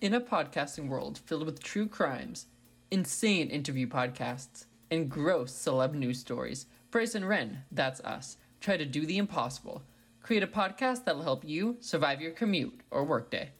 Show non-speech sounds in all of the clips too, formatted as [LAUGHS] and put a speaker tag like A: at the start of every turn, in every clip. A: In a podcasting world filled with true crimes, insane interview podcasts, and gross celeb news stories, Bryson Wren, that's us, try to do the impossible. Create a podcast that'll help you survive your commute or workday.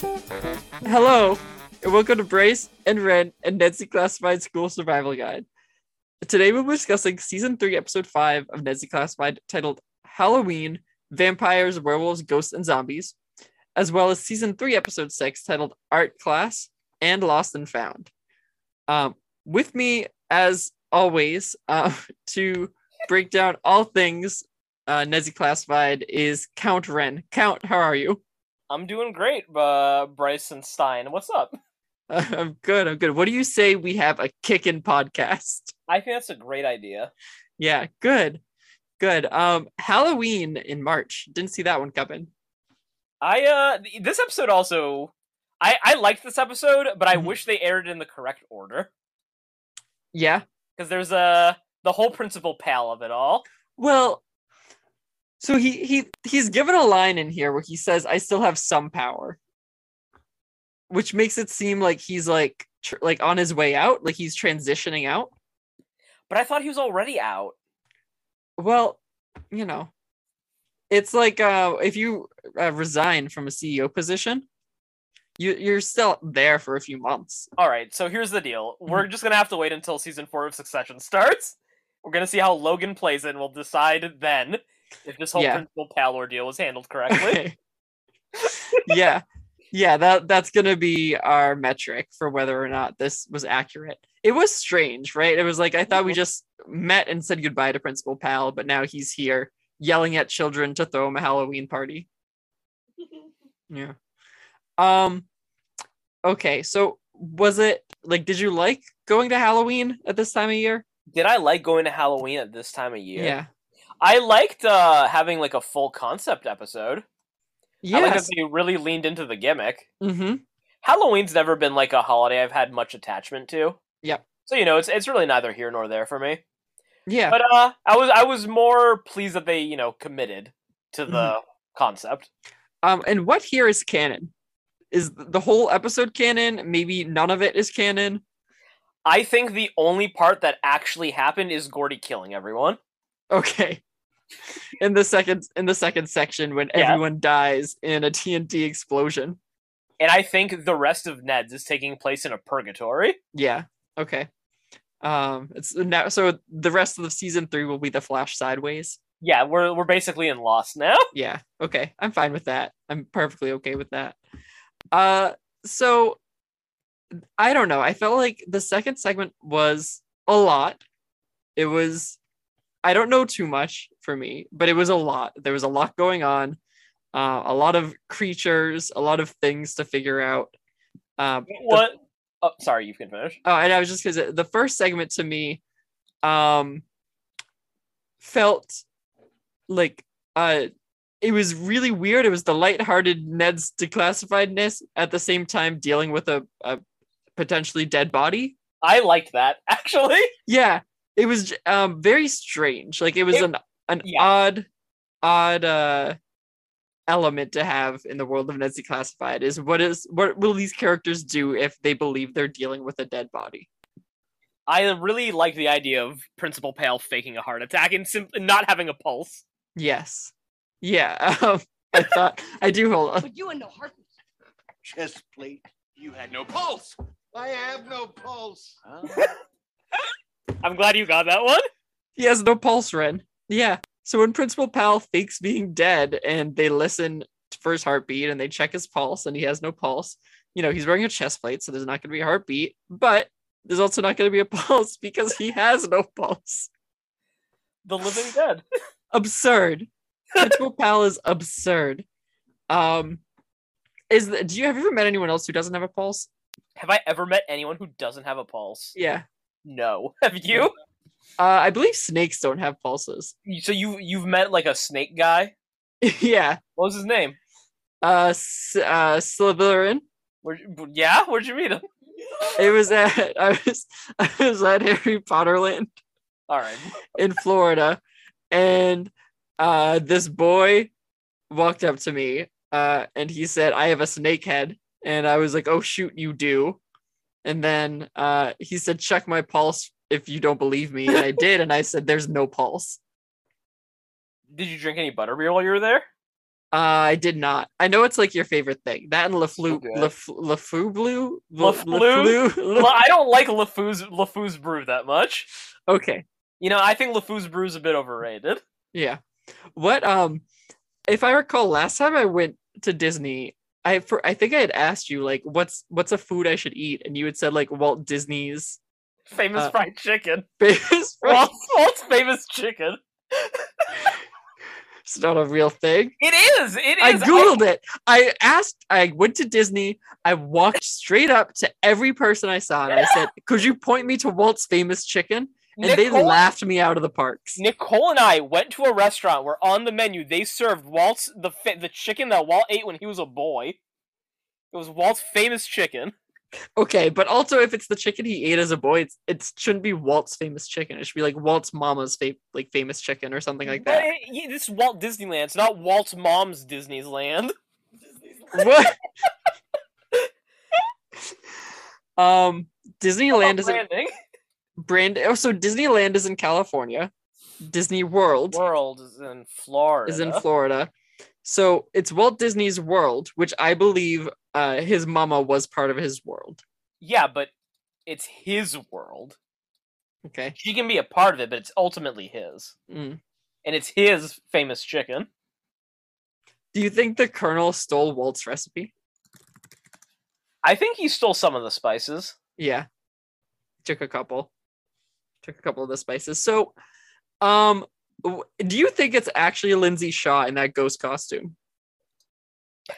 A: Hello, and welcome to Brace and Ren and Nancy Classified School Survival Guide. Today we'll be discussing Season 3, Episode 5 of Nancy Classified, titled Halloween Vampires, Werewolves, Ghosts, and Zombies, as well as Season 3, Episode 6, titled Art Class and Lost and Found. Um, with me, as always, uh, [LAUGHS] to break down all things uh, Nezzy Classified is Count Ren. Count, how are you?
B: I'm doing great, uh, Bryson Stein. What's up?
A: Uh, [LAUGHS] I'm good. I'm good. What do you say we have a kickin' podcast? [LAUGHS]
B: I think that's a great idea.
A: Yeah, good. Good. Um Halloween in March. Didn't see that one coming.
B: I uh th- this episode also I I liked this episode, but I
A: Mhm.
B: wish they aired it in the correct order
A: Yeah.
B: because there's uh, the whole principal pal of it all.
A: Well, so he he he's given a line in here where he says I still have some power. Which makes it seem like he's like tr- like on his way out, like he's transitioning out.
B: But I thought he was already out.
A: Well, you know, it's like uh, if you uh, resign from a CEO position, you you're still there for a few months. [LAUGHS]
B: All right, so here's the deal. We're just gonna have to wait until season four of Succession starts. We're gonna see how Logan plays it, and we'll decide then if this whole
A: Yeah.
B: principal pal ordeal was
A: [LAUGHS]
B: handled correctly.
A: Okay. yeah, yeah. That that's gonna be our metric for whether or not this was accurate. It was strange, right? It was like I thought we
B: Mhm.
A: just met and said goodbye to Principal Pal, but now he's here yelling at children to throw him a Halloween party. Yeah. Um okay, so was it like did you like going to Halloween at this time of year?
B: Did I like going to Halloween at this time of year? I liked uh, having like a full concept episode.
A: Yeah.
B: I like
A: Yes.
B: that they really leaned into the gimmick.
A: mhm.
B: Halloween's never been like a holiday I've had much attachment to.
A: Yep.
B: So you know, it's it's really neither here nor there for me.
A: Yeah.
B: But uh, I was I was more pleased that they you know committed to the
A: Mhm.
B: concept.
A: Um and what here is canon? Is the whole episode canon? Maybe none of it is canon.
B: I think the only part that actually happened is Gordy killing everyone.
A: Okay. In the second in the second section when
B: Yeah.
A: everyone dies in a TNT explosion.
B: And I think the rest of Ned's is taking place in a purgatory.
A: Yeah. Okay. Um it's now so the rest of the season 3 will be the flash sideways.
B: Yeah, we're we're basically in Lost now.
A: yeah okay i'm fine with that i'm perfectly okay with that uh so i don't know i felt like the second segment was a lot it was i don't know too much for me but it was a lot there was a lot going on uh, a lot of creatures a lot of things to figure out um
B: What? Oh, sorry, you can finish.
A: Oh, and I was just because the first segment to me, um, felt like uh, it was really weird. It was the lighthearted Ned's declassifiedness at the same time dealing with a, a potentially dead body.
B: I liked that [LAUGHS] actually.
A: Yeah, it was j- um very strange. Like it was
B: It-
A: an an
B: yeah.
A: odd, odd uh element to have in the world of Ned's declassified is what is what will these characters do if they believe they're dealing with a dead body?
B: I really like the idea of Principal Pale faking a heart attack and sim- not having a pulse.
A: Yes. Yeah. [LAUGHS] Um, I thought I do hold on.
C: But you and no heart.
D: chest plate. You had no pulse. I have no pulse.
B: I'm glad you got that one.
A: He has no pulse Ren. Yeah. So when Principal Pal fakes being dead and they listen for his heartbeat and they check his pulse and he has no pulse, you know, he's wearing a chest plate, so there's not gonna be a heartbeat, but there's also not gonna be a [LAUGHS] pulse because he has no pulse.
B: The Living Dead.
A: Absurd. Principal Pal is absurd. Um is the, do you have you ever met anyone else who doesn't have a pulse?
B: Have I ever met anyone who doesn't have a pulse?
A: Yeah.
B: No. Have you?
A: Uh, I believe snakes don't have pulses. [LAUGHS]
B: So you you've met like a snake guy.
A: yeah.
B: What was his name?
A: Uh, S- uh, Slytherin.
B: Where, yeah, where'd you meet him?
A: It was at [LAUGHS] I was I was at Harry Potterland
B: All right.
A: in Florida, and uh, this boy walked up to me, uh, and he said, "I have a snake head," and I was like, "Oh shoot, you do," and then uh, he said, "Check my pulse if you don't believe me," and I did, and I said, "There's no pulse."
B: Did you drink any butterbeer while you were there?
A: Uh, I did not. I know it's like your favorite thing. That and LaFleu,
B: good.
A: Laf LaFleu Blue,
B: LaFleu?
A: LaFleu? [LAUGHS]
B: Well, I don't like LeFou's LeFou's brew that much.
A: Okay,
B: You know, I think LeFou's brew's a bit overrated.
A: yeah. What um, if I recall, last time I went to Disney, I for I think I had asked you like, what's what's a food I should eat, and you had said like Walt Disney's [LAUGHS]
B: Famous
A: Uh,
B: fried chicken.
A: famous.
B: Walt's, Walt's famous chicken.
A: It's not a real thing.
B: It is. It
A: I
B: is.
A: googled it. I asked. I went to Disney. I walked straight up to every person I saw, and I said, "Could you point me to Walt's famous chicken?" And they
B: Nicole-
A: laughed me out of the parks.
B: Nicole and I went to a restaurant where on the menu they served Walt's the fa- the chicken that Walt ate when he was a boy. It was Walt's famous chicken.
A: Okay, but also if it's the chicken he ate as a boy, it's, it shouldn't be Walt's famous chicken. It should be like Walt's mama's fa- like famous chicken or something like
B: But
A: that.
B: it- yeah, this is Walt Disneyland. It's not Walt's mom's Disneyland.
A: what? [LAUGHS] um, Disneyland is in
B: Branding.
A: brand. Oh, so Disneyland is in California. Disney World
B: World is in Florida.
A: is in Florida. So it's Walt Disney's World, which I believe uh, his mama was part of his world.
B: yeah, but it's his world.
A: Okay.
B: She can be a part of it, but it's ultimately his,
A: Mm.
B: and it's his famous chicken.
A: Do you think the Colonel stole Walt's recipe?
B: I think he stole some of the spices.
A: Yeah. Took a couple. Took a couple of the spices. So, um, w- do you think it's actually Lindsay Shaw in that ghost costume? [LAUGHS]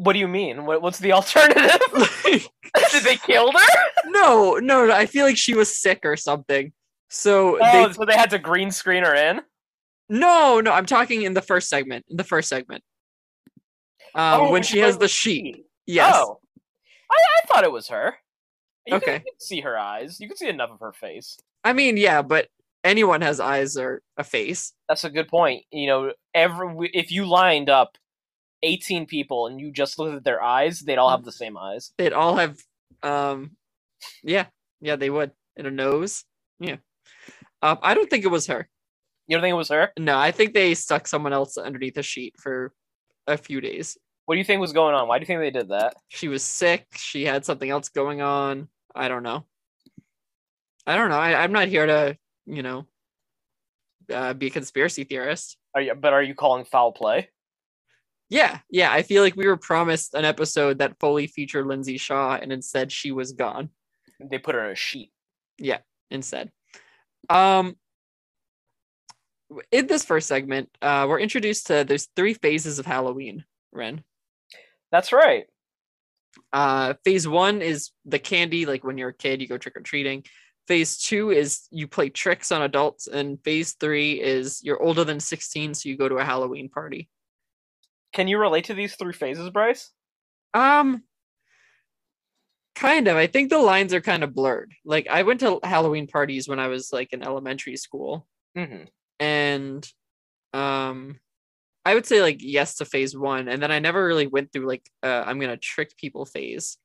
B: What do you mean? What, what's the alternative? [LAUGHS] Did they kill her?
A: no, no, no. I feel like she was sick or something. So [LAUGHS]
B: Oh,
A: they
B: so they had to green screen her in.
A: no, no. I'm talking in the first segment. In the first segment, um,
B: Oh,
A: when
B: which
A: she has
B: one
A: the
B: was
A: sheep. Yes.
B: Oh, I, I thought it was her. You
A: Okay.
B: Can, you can see her eyes. You can see enough of her face.
A: I mean, yeah, but anyone has eyes or a face.
B: That's a good point. You know, every if you lined up eighteen people and you just looked at their eyes, they'd all have the same eyes.
A: They'd all have, um, yeah, yeah, they would. And a nose. Yeah. Uh, I don't think it was her.
B: You don't think it was her?
A: No, I think they stuck someone else underneath a sheet for a few days.
B: What do you think was going on? Why do you think they did that?
A: She was sick. She had something else going on. I don't know. I don't know. I, I'm not here to, you know, uh, be a conspiracy theorist.
B: Are you, but are you calling foul play?
A: Yeah, yeah. I feel like we were promised an episode that fully featured Lindsay Shaw, and instead she was gone.
B: They put her in a sheet.
A: Instead, um, in this first segment, uh, we're introduced to there's three phases of Halloween. Ren,
B: That's right.
A: uh phase one is the candy like when you're a kid you go trick-or-treating phase two is you play tricks on adults and phase three is you're older than 16 so you go to a halloween party
B: Can you relate to these three phases, Bryce?
A: um kind of i think the lines are kind of blurred like i went to halloween parties when i was like in elementary school
B: Mm-hmm.
A: and um i would say like yes to phase one and then i never really went through like uh, i'm gonna trick people phase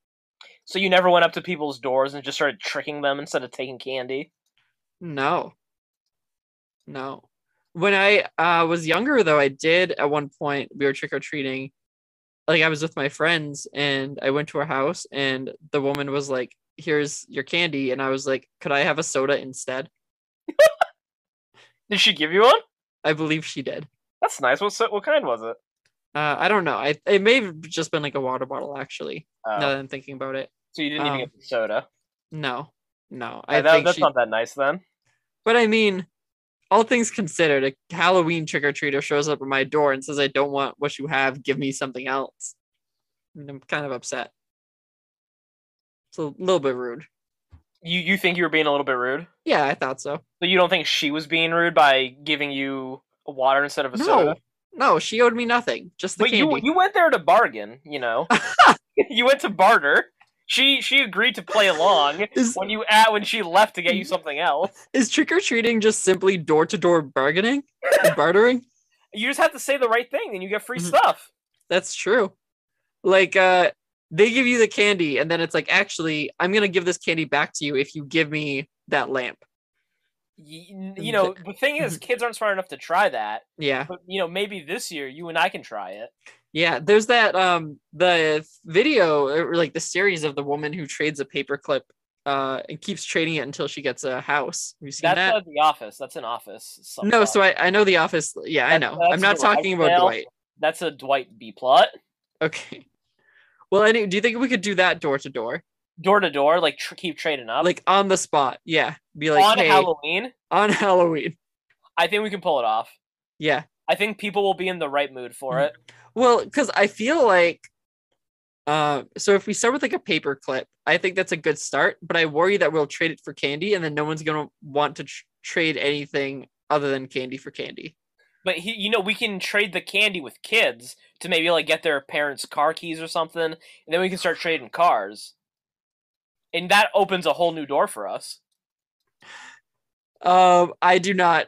B: So you never went up to people's doors and just started tricking them instead of taking candy.
A: No. No. When I uh, was younger, though, I did at one point, we were trick or treating. Like, I was with my friends and I went to her house, and the woman was like, Here's your candy. And I was like, Could I have a soda instead?
B: Did she give you one?
A: I believe she did.
B: That's nice. What so- what kind was it?
A: Uh, I don't know. I, it may have just been like a water bottle, actually,
B: Oh,
A: now that I'm thinking about it.
B: so you
A: um,
B: didn't even get the soda.
A: No, no.
B: Uh,
A: I
B: that-
A: think
B: that's
A: she,
B: not that nice then.
A: But I mean, all things considered, a Halloween trick or treater shows up at my door and says, I don't want what you have. Give me something else. And I'm kind of upset. It's a little bit rude.
B: You you think you were being a little bit rude?
A: Yeah, I thought so.
B: So you don't think she was being rude by giving you water instead of a
A: No,
B: soda?
A: No, she owed me nothing. Just the
B: But you
A: candy.
B: you went there to bargain, you
A: [LAUGHS]
B: know. you went to barter. She she agreed to play along
A: Is
B: when you at when she left to get
A: [LAUGHS]
B: you something else.
A: is trick or treating just simply door to door bargaining, and bartering?
B: You just have to say the right thing and you get free
A: Mhm.
B: stuff.
A: That's true. Like uh they give you the candy and then it's like actually I'm going to give this candy back to you if you give me that lamp.
B: You,
A: Th- mm-hmm.
B: you know, the thing is kids aren't smart enough to try that.
A: Yeah.
B: But you know, maybe this year you and I can try it.
A: Yeah, there's that um the video or like the series of the woman who trades a paperclip uh and keeps trading it until she gets a house. Have you seen
B: That's
A: that?
B: not the office. That's an office. some
A: No,
B: plot.
A: so I, I know the office. Yeah, I
B: That's-
A: know.
B: that's
A: I'm not
B: the right
A: talking about
B: sale.
A: Dwight.
B: that's a Dwight B plot.
A: Okay. Well, anyway, do you think we could do that door to door?
B: Door to door, like tr- keep trading up.
A: Like on the spot. Yeah. Be like
B: on
A: hey,
B: Halloween,
A: on Halloween.
B: I think we can pull it off.
A: Yeah.
B: I think people will be in the right mood for
A: Mhm.
B: it.
A: Well, because I feel like, uh, so if we start with like a paper clip, I think that's a good start. But I worry that we'll trade it for candy, and then no one's gonna want to tr- trade anything other than candy for candy.
B: But he, you know, we can trade the candy with kids to maybe like get their parents' car keys or something, and then we can start trading cars. And that opens a whole new door for us.
A: Um, I do not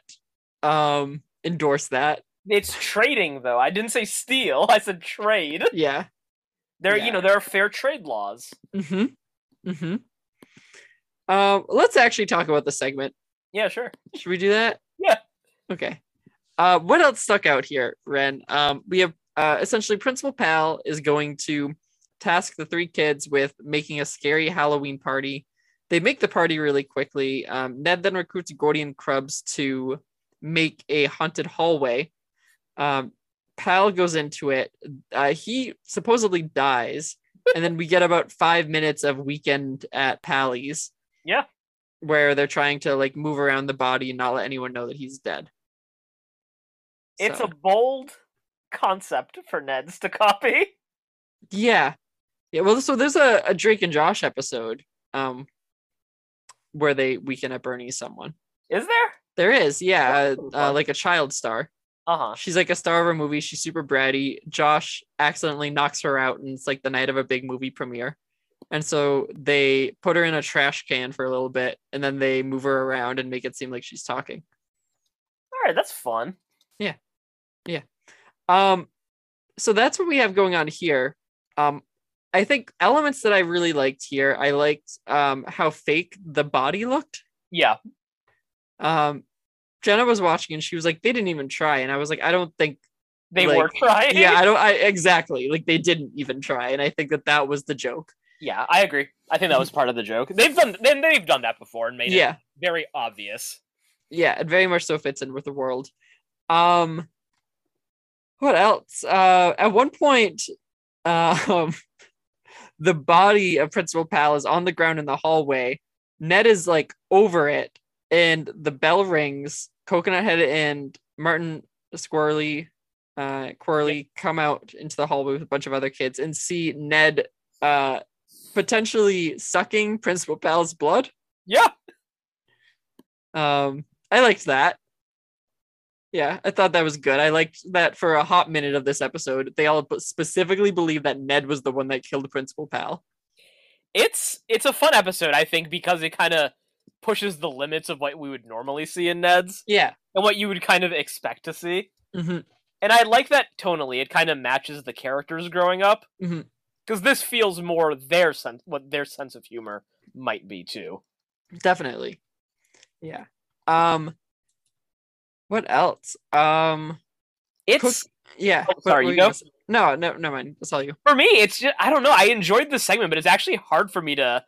A: um endorse that.
B: It's trading though. I didn't say steal. [LAUGHS] I said trade.
A: Yeah.
B: There,
A: Yeah.
B: you know, there are fair trade laws.
A: Mm-hmm. Mm-hmm. Um, let's actually talk about the segment.
B: Yeah, sure.
A: Should we do that?
B: Yeah.
A: Okay. Uh, what else stuck out here, Ren? Um, we have uh, essentially Principal Pal is going to task the three kids with making a scary Halloween party. They make the party really quickly. Um, Ned then recruits Gordy and Krubs to make a haunted hallway. Um, Pal goes into it. Uh, he supposedly dies, and then we get about five minutes of weekend at Pally's where they're trying to like move around the body and not let anyone know that he's dead.
B: It's
A: So,
B: a bold concept for Ned's to [LAUGHS] copy.
A: yeah, yeah. Well, so there's a, a Drake and Josh episode, um, where they weekend at Bernie's someone.
B: Is there?
A: There is, yeah,
B: That's pretty
A: uh,
B: fun.
A: like a child star.
B: Uh huh.
A: She's like a star of a movie. She's super bratty. Josh accidentally knocks her out, and it's like the night of a big movie premiere. And so they put her in a trash can for a little bit, and then they move her around and make it seem like she's talking.
B: All right, that's fun.
A: Um, so that's what we have going on here. Um, I think elements that I really liked here. I liked um how fake the body looked.
B: Yeah,
A: Um, Jenna was watching and she was like, they didn't even try, and I was like, I don't think.
B: they
A: Like,
B: were [LAUGHS] trying.
A: Yeah, I don't. I exactly like they didn't even try, and I think that that was the joke.
B: yeah, I agree. I think that was part of the joke. They've done, then they've done that before and made it
A: Yeah,
B: very obvious.
A: yeah, it very much so fits in with the world. Um, what else? Uh, at one point, um, [LAUGHS] the body of Principal Pal is on the ground in the hallway. Ned is like over it, and the bell rings. Coconut Head and Martin Squirrely, uh, Quirrely come out into the hallway with a bunch of other kids and see Ned, uh, potentially sucking Principal Pal's blood.
B: Yeah,
A: Um, I liked that. Yeah, I thought that was good. I liked that for a hot minute of this episode. They all b- specifically believe that Ned was the one that killed Principal Pal.
B: it's it's a fun episode, I think, because it kind of pushes the limits of what we would normally see in Ned's
A: Yeah.
B: and what you would kind of expect to see.
A: hmm
B: And I like that tonally; it kind of matches the characters growing up.
A: Mhm.
B: Because this feels more their sense, what their sense of humor might be too.
A: Definitely. Yeah. Um. What else? Um.
B: It's
A: Yeah.
B: Oh,
A: what
B: sorry,
A: were
B: you go?
A: gonna say? No, no, never mind. That's all you.
B: for me, it's just I don't know. I enjoyed this segment, but it's actually hard for me to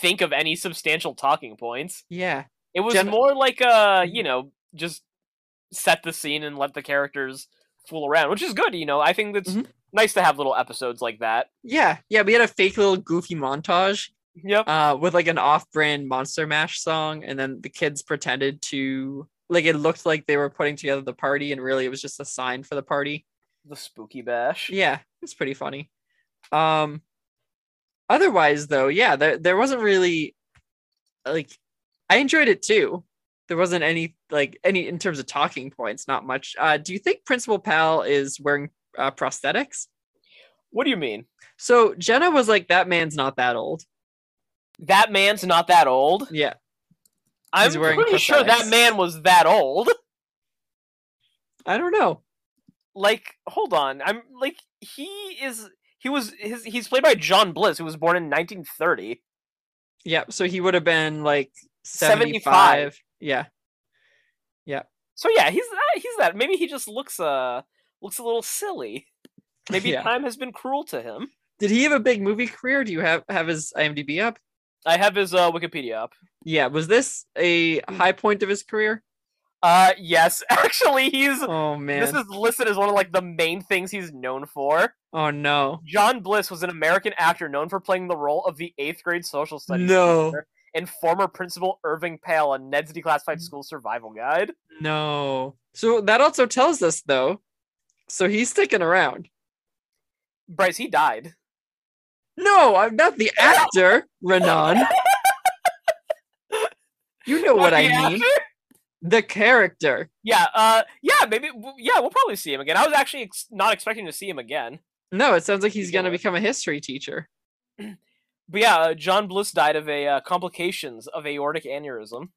B: think of any substantial talking points.
A: Yeah.
B: It was
A: Gen-
B: more like uh, you
A: Mhm.
B: know, just set the scene and let the characters fool around, which is good. You know, I think that's
A: Mhm.
B: nice to have little episodes like that.
A: Yeah. Yeah. We had a fake little goofy montage
B: Yep.
A: uh, with like an off-brand Monster Mash song, and then the kids pretended to like it looked like they were putting together the party, and really it was just a sign for the party.
B: The spooky bash.
A: Yeah, it's pretty funny. Um, otherwise, though, yeah, there there wasn't really like I enjoyed it too. There wasn't any like any in terms of talking points, not much. Uh, do you think Principal Pal is wearing uh, prosthetics?
B: What do you mean?
A: So Jenna was like, "That man's not that old."
B: That man's not that old.
A: Yeah,
B: I'm
A: He's wearing
B: pretty sure that
A: prosthetics.
B: man was that old.
A: I don't know.
B: Like, hold on. I'm like he is. He was his. He's played by John Bliss, who was born in 1930.
A: Yeah, so he would have been like 75.
B: 75.
A: Yeah,
B: So yeah, he's that. He's that. Maybe he just looks uh looks a little silly. Maybe
A: Yeah.
B: time has been cruel to him.
A: Did he have a big movie career? Do you have have his IMDb up?
B: I have his uh, Wikipedia up.
A: Yeah, was this a high point of his career?
B: Uh, yes, [LAUGHS] actually, he's
A: Oh man.
B: this is listed as one of like the main things he's known for.
A: oh no.
B: John Bliss was an American actor known for playing the role of the eighth grade social studies
A: No.
B: teacher and former principal Irving Pale on Ned's Declassified School Survival Guide.
A: No. So that also tells us though. So he's sticking around.
B: Bryce, he died.
A: No, I'm not
B: [LAUGHS]
A: the actor, Renan. You know what
B: Not
A: I
B: the
A: mean.
B: actor?
A: The character.
B: Yeah, uh, yeah, maybe, w- yeah, we'll probably see him again. I was actually ex- not expecting to see him again.
A: No, it sounds like he's
B: Either
A: gonna
B: way.
A: become a history teacher.
B: But yeah, uh, John Bliss died of a uh, complications of aortic aneurysm.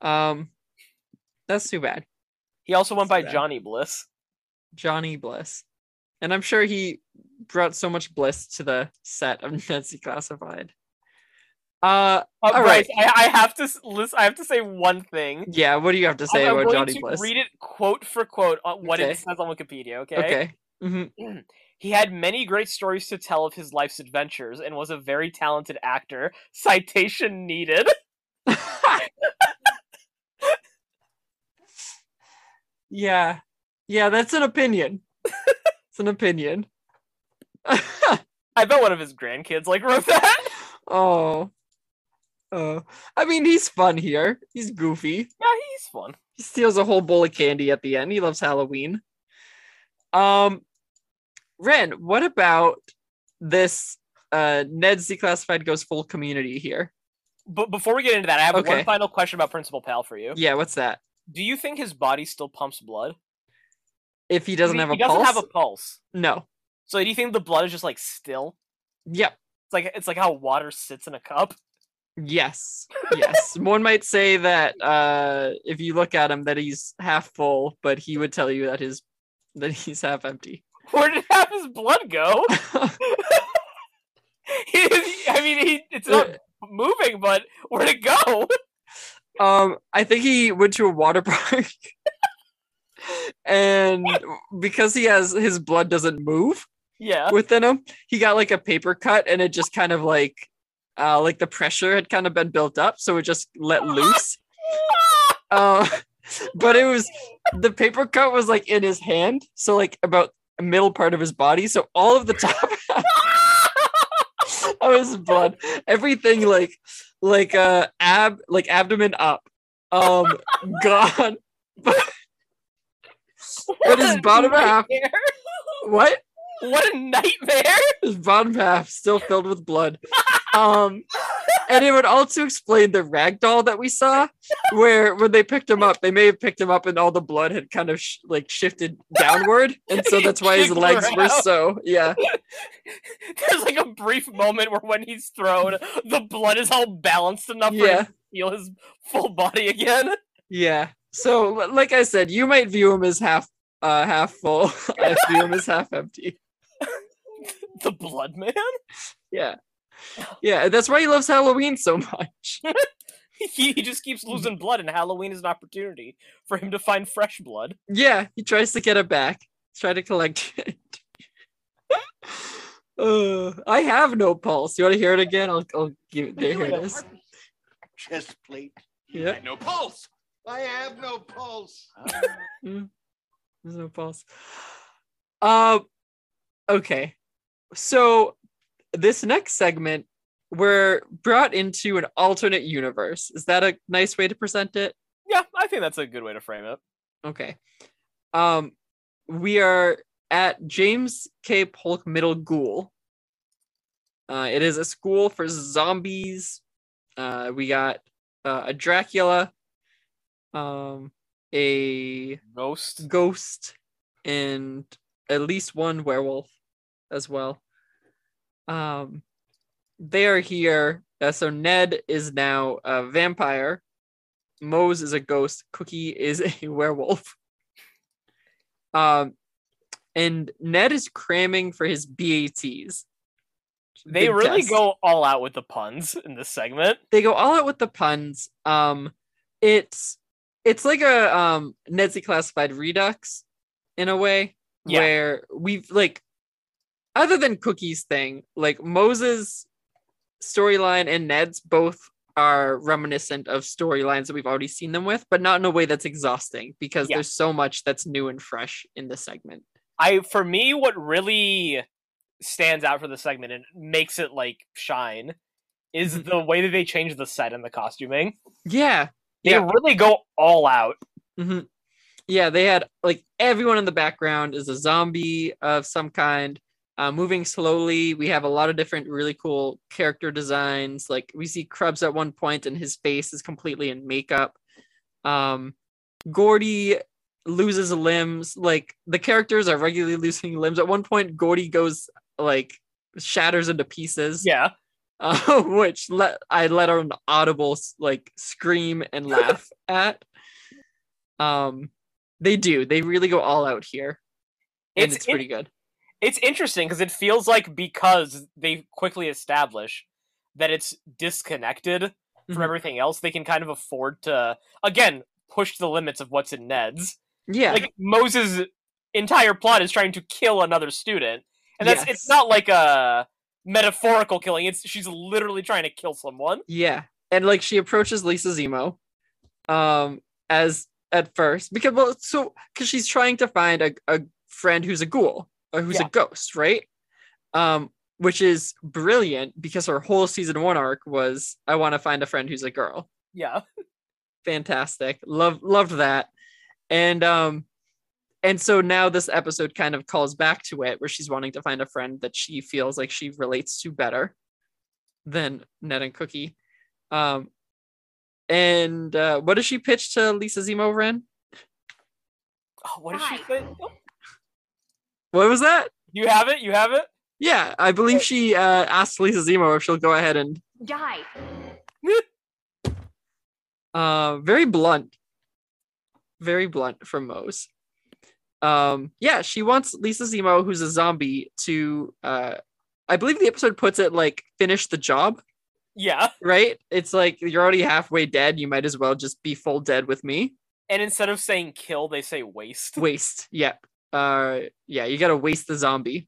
A: Um that's too bad.
B: He also went by
A: Sad.
B: Johnny Bliss.
A: Johnny Bliss. And I'm sure he brought so much bliss to the set of [LAUGHS] Nancy Classified. Uh
B: Uh,
A: All
B: Bryce, I, I have to s- list. I have to say one thing.
A: yeah, what do you have to say
B: I'm, I'm
A: about
B: going
A: Johnny
B: to
A: Bliss?
B: read it quote for quote on what
A: Okay.
B: it says on Wikipedia. Okay.
A: okay. Mhm.
B: He had many great stories to tell of his life's adventures and was a very talented actor. Citation needed.
A: [LAUGHS] yeah. Yeah, that's an opinion. it's an opinion. [LAUGHS]
B: I bet one of his grandkids like wrote that. [LAUGHS]
A: oh. Oh. I mean, he's fun here. He's goofy.
B: yeah, he's fun.
A: He steals a whole bowl of candy at the end. He loves Halloween. Um Ren, what about this uh Ned's declassified goes full community here?
B: But before we get into that, I have
A: Okay.
B: one final question about Principal Pal for you.
A: Yeah, what's that?
B: Do you think his body still pumps blood?
A: If he doesn't
B: he,
A: have a
B: he doesn't
A: pulse?
B: have a pulse.
A: No.
B: So do you think the blood is just like still?
A: Yep.
B: It's like it's like how water sits in a cup. [LAUGHS]
A: Yes. Yes. One might say that uh if you look at him that he's half full, but he would tell you that his that he's half empty.
B: Where did half his
A: [LAUGHS]
B: blood go? [LAUGHS] He- he- I mean, he, it's not
A: Uh,
B: moving, but where'd it go? [LAUGHS]
A: um I think he went to a water [LAUGHS] park. and because he has his blood doesn't move [LAUGHS]
B: Yeah.
A: within him, he got like a paper cut and it just kind of like uh like the pressure had kind of been built up, so it just let loose. Uh, but it was the paper cut was like in his hand, so like about middle part of his body, so all of the top [LAUGHS] half of his blood, everything like like uh ab like abdomen up, um gone. But his
B: a [LAUGHS]
A: bottom half-
B: nightmare.
A: What
B: What a nightmare! [LAUGHS]
A: his bottom half still filled with blood. Um, and it would also explain the rag doll that we saw, where when they picked him up, they may have picked him up and all the blood had kind of sh- like shifted downward, and so that's why his
B: Jiggled
A: legs were
B: around.
A: so yeah.
B: There's like a brief moment where when he's thrown, the blood is all balanced enough for
A: Yeah.
B: him to feel his full body again. [LAUGHS]
A: Yeah. So l- like I said, you might view him as half uh half full. [LAUGHS] I view him as half empty.
B: The blood man? [LAUGHS]
A: Yeah. Yeah, that's why he loves Halloween so much.
B: He, he just keeps losing blood, and Halloween is an opportunity for him to find fresh blood.
A: Yeah, he tries to get it back. Try to collect [LAUGHS] it. uh, I have no pulse. You want to hear it again? I'll, I'll give it. There it is.
D: Chest plate.
A: Yeah.
D: had no pulse. I have no pulse.
A: There's no pulse. Um, okay. So this next segment, we're brought into an alternate universe. Is that a nice way to present it?
B: Yeah, I think that's a good way to frame it.
A: Okay. Um, we are at James K. Polk Middle Ghoul. Uh, it is a school for zombies, Uh, we got uh, a Dracula, um, a
B: Ghost.
A: ghost, and at least one werewolf as well. Um, they are here. Uh, so Ned is now a vampire. Mose is a ghost. Cookie is a [LAUGHS] werewolf. Um, and Ned is cramming for his BATs.
B: They
A: Big
B: really
A: test.
B: go all out with the puns in this segment.
A: They go all out with the puns. Um, it's it's like a um Nedzi classified redux in a way
B: Yeah.
A: where we've like other than Cookie's thing, like Moses storyline and Ned's both are reminiscent of storylines that we've already seen them with, but not in a way that's exhausting because
B: Yeah.
A: there's so much that's new and fresh in this segment.
B: I for me, what really stands out for the segment and makes it like shine is
A: Mhm.
B: the way that they change the set and the costuming.
A: Yeah.
B: They
A: Yeah.
B: really go all out.
A: hmm Yeah, they had like everyone in the background is a zombie of some kind, uh, moving slowly. We have a lot of different really cool character designs. Like we see Krebs at one point, and his face is completely in makeup. Um, Gordy loses limbs. Like the characters are regularly losing limbs. At one point, Gordy goes like shatters into pieces,
B: Yeah.
A: uh, [LAUGHS] which let I let out an audible like scream
B: [LAUGHS]
A: and laugh at. Um, they do. They really go all out here, and it's,
B: in-
A: pretty good.
B: it's interesting because it feels like because they quickly establish that it's disconnected from
A: Mhm.
B: everything else, they can kind of afford to again push the limits of what's in Ned's.
A: Yeah,
B: Like Moses' entire plot is trying to kill another student, and that's
A: Yes.
B: it's not like a metaphorical killing. It's she's literally trying to kill someone.
A: yeah, and like she approaches Lisa Zemo, um, as at first because well, so because she's trying to find a a friend who's a ghoul or who's
B: Yeah.
A: a ghost, right? Um, which is brilliant because her whole season one arc was I want to find a friend who's a girl.
B: Yeah,
A: fantastic. Love loved that. And um and so now this episode kind of calls back to it where she's wanting to find a friend that she feels like she relates to better than Ned and Cookie. Um and uh what does she pitch to Lisa Zemo Ren?
B: oh, what is she?
C: Hi.
B: say?
A: What was that?
B: You have it. You have it.
A: Yeah, I believe
B: Wait.
A: she uh asked Lisa Zemo if she'll go ahead and
C: Die.
A: uh very blunt very blunt from Mose. Um yeah, she wants Lisa Zemo who's a zombie to uh I believe the episode puts it like finish the job,
B: Yeah.
A: right? It's like you're already halfway dead, you might as well just be full dead with me.
B: And instead of saying kill, they say waste.
A: Waste. Yeah. Uh yeah, you got to waste the zombie.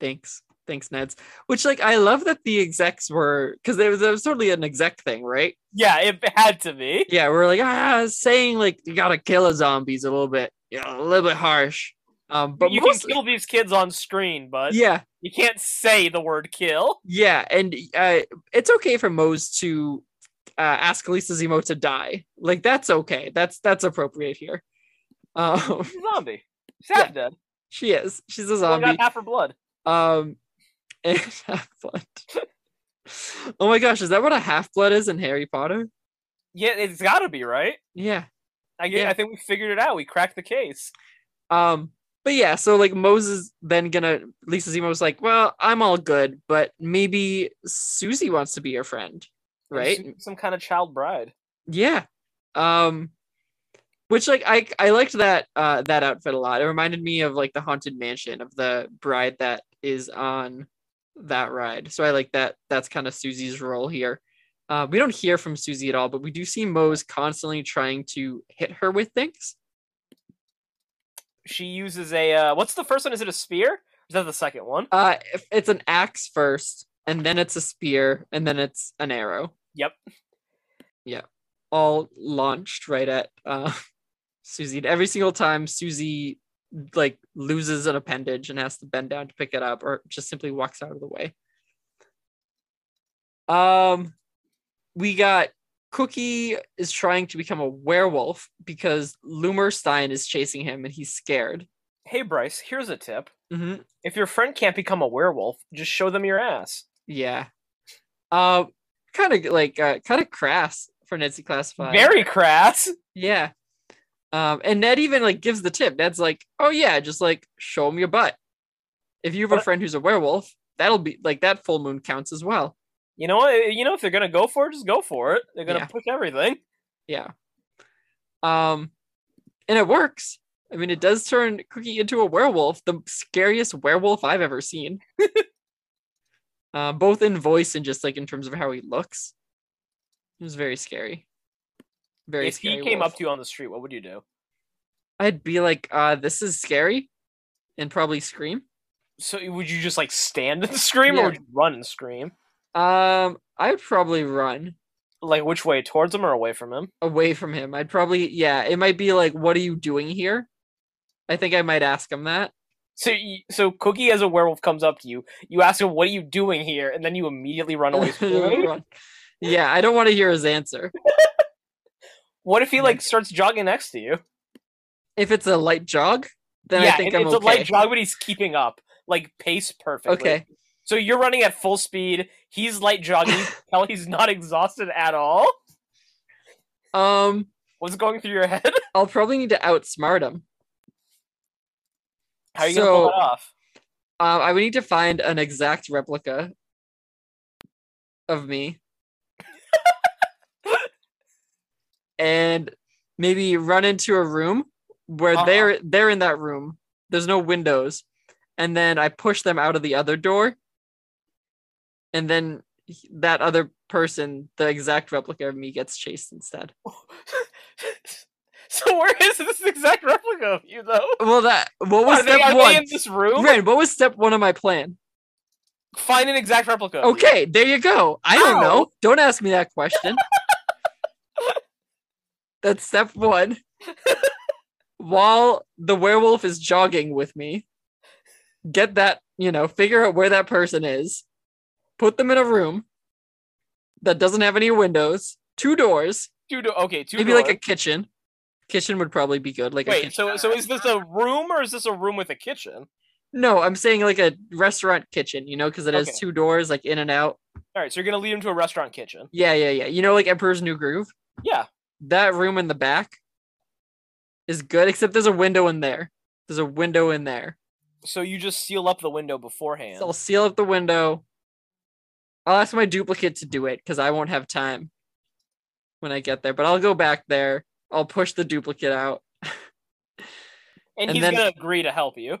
A: Thanks. Thanks Neds. Which like I love that the execs were cuz it was, it was totally an exec thing, right?
B: Yeah, it had to be.
A: yeah, we're like ah, saying like you gotta kill a zombie's a little bit, yeah, a little bit harsh. Um, but
B: you
A: mostly,
B: can kill these kids on screen, but
A: yeah,
B: you can't say the word kill.
A: yeah, and uh, it's okay for Mose to uh, ask Lisa Zemo to die. Like that's okay. That's that's appropriate here. Um, [LAUGHS]
B: She's a zombie. She's half dead.
A: she is. She's a
B: She only
A: zombie.
B: got half her blood.
A: Um, [LAUGHS] and half blood. [LAUGHS] oh my gosh, is that what a half blood is in Harry Potter?
B: Yeah, it's got to be right.
A: Yeah.
B: I get,
A: Yeah.
B: I think we figured it out. We cracked the case.
A: Um, but yeah, so like Moses then gonna Lisa Zemo's like, well, I'm all good, but maybe Susie wants to be your friend,
B: And
A: right?
B: she's Some kind of child bride.
A: Yeah. Um, which like I I liked that uh that outfit a lot. It reminded me of like the haunted mansion of the bride that is on that ride. So I like that. That's kind of Susie's role here. Uh, we don't hear from Susie at all, but we do see Mose constantly trying to hit her with things.
B: She uses a uh, what's the first one? Is it a spear? Or Is that the second one?
A: Uh, if it's an axe first, and then it's a spear, and then it's an arrow.
B: Yep.
A: Yeah, all launched right at uh, [LAUGHS] Susie. And Every single time Susie like loses an appendage and has to bend down to pick it up, or just simply walks out of the way. Um, we got Cookie is trying to become a werewolf because Loomerstein is chasing him, and he's scared.
B: Hey Bryce, here's a tip.
A: Mm-hmm.
B: If your friend can't become a werewolf, just show them your ass.
A: Yeah. Um, kind of like uh, kind of crass for Nancy Classified.
B: Very crass.
A: Yeah. Um, and Ned even like gives the tip. Ned's like, "Oh yeah, just like show him your butt. If you have a
B: What?
A: friend who's a werewolf, that'll be like that full moon counts as well."
B: You know what? You know if they're gonna go for it, just go for it. They're gonna
A: Yeah.
B: push everything.
A: Yeah. Um, and it works. I mean, it does turn Cookie into a werewolf, the scariest werewolf I've ever seen. [LAUGHS] uh, both in voice and just like in terms of how he looks. It was very scary. Very
B: if
A: scary.
B: he came
A: wolf.
B: up to you on the street, what would you do?
A: I'd be like, uh, this is scary, and probably scream.
B: So would you just like stand and [LAUGHS] scream,
A: Yeah.
B: or would you run and scream?
A: Um, I'd probably run
B: Like which way, towards him or away from him?
A: away from him. I'd probably, yeah, it might be like, what are you doing here? I think I might ask him that.
B: So you, so Cookie as a werewolf comes up to you. You ask him, "What are you doing here?" And then you immediately run
A: [LAUGHS]
B: away. screaming.
A: Run. yeah, I don't want to hear his answer.
B: what if he like starts jogging next to you?
A: If it's a light jog, then
B: yeah,
A: I think
B: it-
A: I'm
B: it's
A: okay.
B: a light jog, but he's keeping up, like pace perfectly.
A: okay,
B: So you're running at full speed. He's light jogging. You can
A: [LAUGHS]
B: Tell he's not exhausted at all.
A: um,
B: What's going through your head? [LAUGHS]
A: I'll probably need to outsmart him.
B: How are you gonna pull
A: So-
B: that off? [LAUGHS]
A: Um, I would need to find an exact replica of me. and maybe run into a room where
B: Uh-huh.
A: they're they're in that room. There's no windows. And then I push them out of the other door. And then he- that other person, the exact replica of me, gets chased instead.
B: so where is this exact replica of you though?
A: Well, that what was
B: Are they,
A: step
B: are they
A: one?
B: in this room?
A: Ren, what was step one of my plan?
B: Find an exact replica. of you.
A: Okay, there you go. I don't know. Don't ask me that
B: [LAUGHS]
A: question. That's step one. While the werewolf is jogging with me, get that, you know, figure out where that person is, put them in a room that doesn't have any windows, two doors,
B: Two do- okay, two
A: maybe
B: doors.
A: like a kitchen. Kitchen would probably be good. Like a
B: Wait,
A: kitchen.
B: so so is this a room or is this a room with a kitchen?
A: no, I'm saying like a restaurant kitchen, you know, because it has
B: Okay.
A: two doors, like in and out.
B: All right, so you're gonna lead him to a restaurant kitchen.
A: Yeah, yeah, yeah. You know, like Emperor's New Groove.
B: Yeah.
A: that room in the back is good, except there's a window in there. There's a window in there.
B: So you just seal up the window beforehand.
A: So I'll seal up the window. I'll ask my duplicate to do it because I won't have time when I get there. But I'll go back there. I'll push the duplicate out.
B: and,
A: and
B: he's
A: then-
B: gonna agree to help you.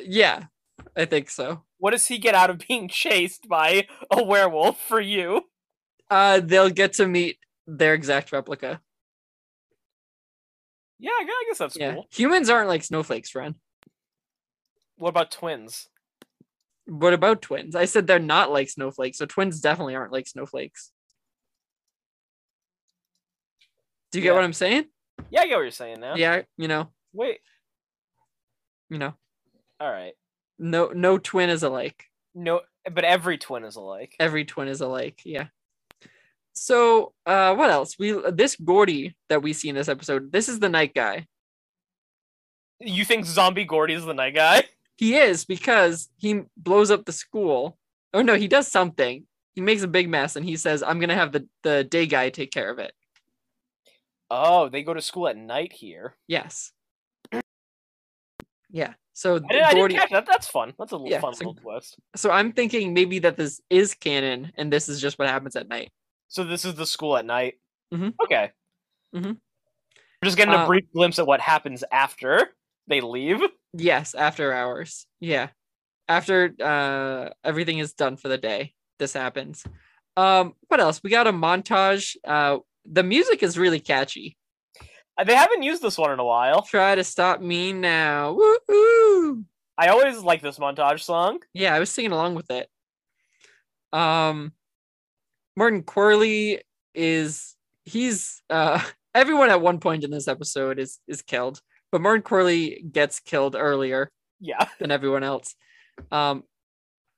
A: Yeah, I think so.
B: What does he get out of [LAUGHS] being chased by a werewolf for you?
A: Uh, they'll get to meet their exact replica.
B: Yeah, I gu- I guess that's
A: yeah,
B: cool.
A: humans aren't like snowflakes, Ren.
B: What about twins?
A: What about twins? I said they're not like snowflakes, so twins definitely aren't like snowflakes. Do you get
B: Yeah.
A: what I'm saying?
B: Yeah, I get what you're saying now.
A: yeah you know
B: Wait.
A: you know
B: All right.
A: no no twin is alike
B: No, but every twin is alike.
A: every twin is alike yeah so uh what else we this gordy that we see in this episode this is the night guy
B: You think Zombie Gordy is the night guy? [LAUGHS]
A: he is because he blows up the school oh no he does something he makes a big mess and he says i'm gonna have the the day guy take care of it
B: Oh, they go to school at night here.
A: yes yeah so
B: I didn't, I didn't
A: gordy
B: catch that. That's fun. That's a little
A: Yeah,
B: fun
A: it's a-
B: little twist.
A: so i'm thinking maybe that this is canon and this is just what happens at night
B: So this is the school at night.
A: Mhm.
B: Okay.
A: Mhm.
B: We're just getting a
A: Uh,
B: brief glimpse of what happens after they leave. Uh,
A: Yes, after hours. Yeah. After uh everything is done for the day, this happens. Um what else? We got a montage. Uh the music is really catchy.
B: Uh, They haven't used this one in a while.
A: Try to stop me now. Woo-hoo!
B: I always like this montage song.
A: Yeah, I was singing along with it. Um Martin Corley is he's uh [LAUGHS] everyone at one point in this episode is is killed, but Martin Corley gets killed earlier.
B: Yeah. [LAUGHS]
A: than everyone else. Um,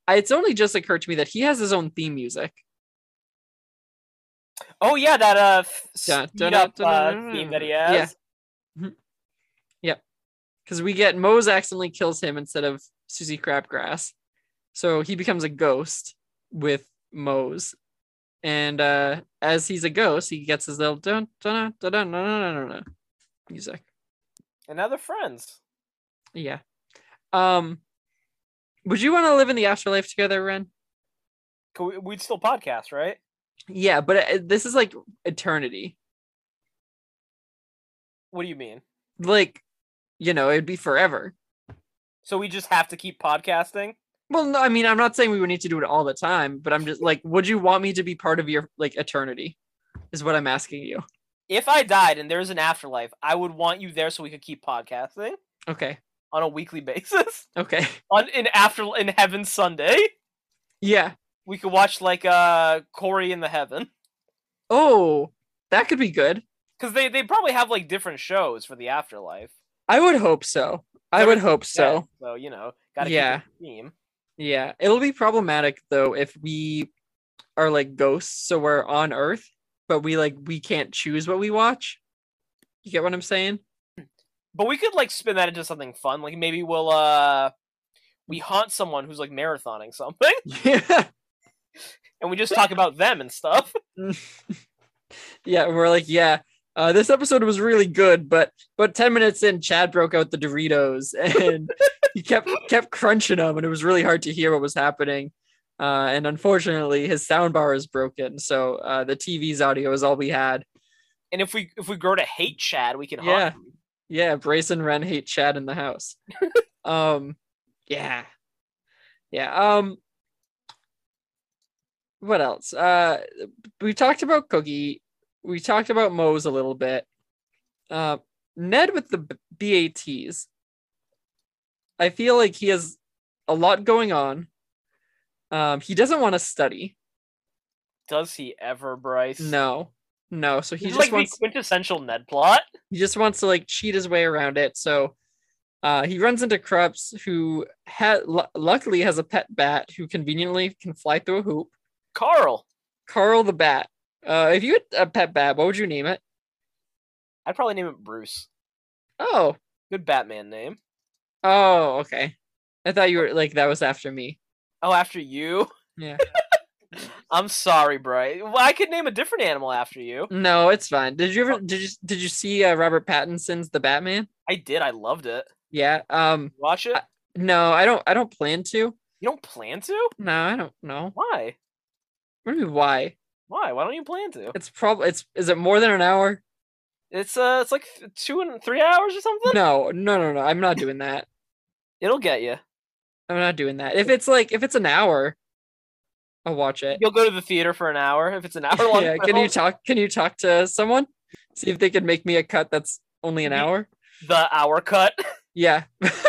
A: I- it's only just occurred to me that he has his own theme music.
B: Oh yeah, that uh, f-
A: Dun,
B: speed
A: dun,
B: up
A: dun, dun,
B: uh,
A: dun,
B: theme that he
A: dun.
B: has.
A: Yeah. because we get Mose accidentally kills him instead of Susie Crabgrass. So he becomes a ghost with Mose and uh, as he's a ghost, he gets his little dun dun dun dun dun dun dun, dun music.
B: And now they're friends.
A: Yeah. Um, would you want to live in the afterlife together, Ren?
B: Could We, we'd still podcast, right?
A: Yeah, but uh, this is like eternity.
B: What do you mean?
A: Like, you know, it'd be forever.
B: So we just have to keep podcasting?
A: Well, no, I mean, I'm not saying we would need to do it all the time, but I'm just like, would you want me to be part of your like eternity? Is what I'm asking you.
B: If I died and there's an afterlife, I would want you there so we could keep podcasting
A: Okay.
B: on a weekly [LAUGHS] basis.
A: Okay. [LAUGHS]
B: On in after in heaven Sunday,
A: Yeah.
B: we could watch like uh Corey in the Heaven [LAUGHS]
A: Oh, that could be good.
B: because they they probably have like different shows for the afterlife.
A: I would hope so. I
B: There
A: would
B: is
A: hope so.
B: Yeah, so you know, gotta
A: Yeah.
B: keep it theme.
A: Yeah, it'll be problematic though if we are like ghosts, so we're on Earth, but we like we can't choose what we watch. You get what I'm saying?
B: But we could like spin that into something fun. Like maybe we'll uh we haunt someone who's like marathoning something
A: [LAUGHS]
B: [LAUGHS]
A: Yeah.
B: and we just talk about them and stuff. [LAUGHS]
A: yeah, we're like, yeah. Uh, this episode was really good, but but ten minutes in, Chad broke out the Doritos [LAUGHS] and he kept kept crunching them, and it was really hard to hear what was happening. Uh, and unfortunately, his sound bar is broken, so uh, the TV's audio is all we had.
B: And if we if we grow to hate Chad, we can
A: Yeah.
B: haunt him.
A: Yeah, Brace and Ren hate Chad in the
B: [LAUGHS]
A: house. um, yeah, yeah. Um, what else? Uh, we talked about Cookie. We talked about Moe's a little bit. Uh, Ned with the B- BATs. I feel like he has a lot going on. Um, he doesn't want to study.
B: Does he ever, Bryce?
A: No, no. So he
B: He's
A: just
B: like
A: wants
B: the quintessential Ned plot.
A: he just wants to like cheat his way around it. So uh, he runs into Krups, who ha- lu- luckily has a pet bat who conveniently can fly through a hoop.
B: Carl.
A: Carl the bat. Uh, if you had a pet bat, what would you name it?
B: I'd probably name it Bruce.
A: Oh,
B: Good Batman name.
A: oh, okay. I thought you were like that was after me.
B: Oh, after you?
A: Yeah.
B: [LAUGHS] I'm sorry, Bryce. Well, I could name a different animal after you.
A: No, it's fine. Did you ever did you did you see uh, Robert Pattinson's The Batman?
B: I did. I loved it.
A: Yeah. Um.
B: Watch it.
A: I- No, I don't. I don't plan to.
B: You don't plan to?
A: No, I don't know.
B: Why?
A: What do you mean, why?
B: Why? Why don't you plan to?
A: It's probably it's is it more than an hour?
B: It's uh, it's like th- two and three hours or something.
A: No, no, no, no. I'm not doing that.
B: It'll get you.
A: I'm not doing that. If it's like if it's an hour, I'll watch it.
B: You'll go to the theater for an hour if it's an hour
A: [LAUGHS]
B: long.
A: yeah, can you talk can you talk to someone? See if they can make me a cut that's only an
B: Ye-
A: hour?
B: the hour cut?
A: [LAUGHS]
B: [LAUGHS]
A: Yeah.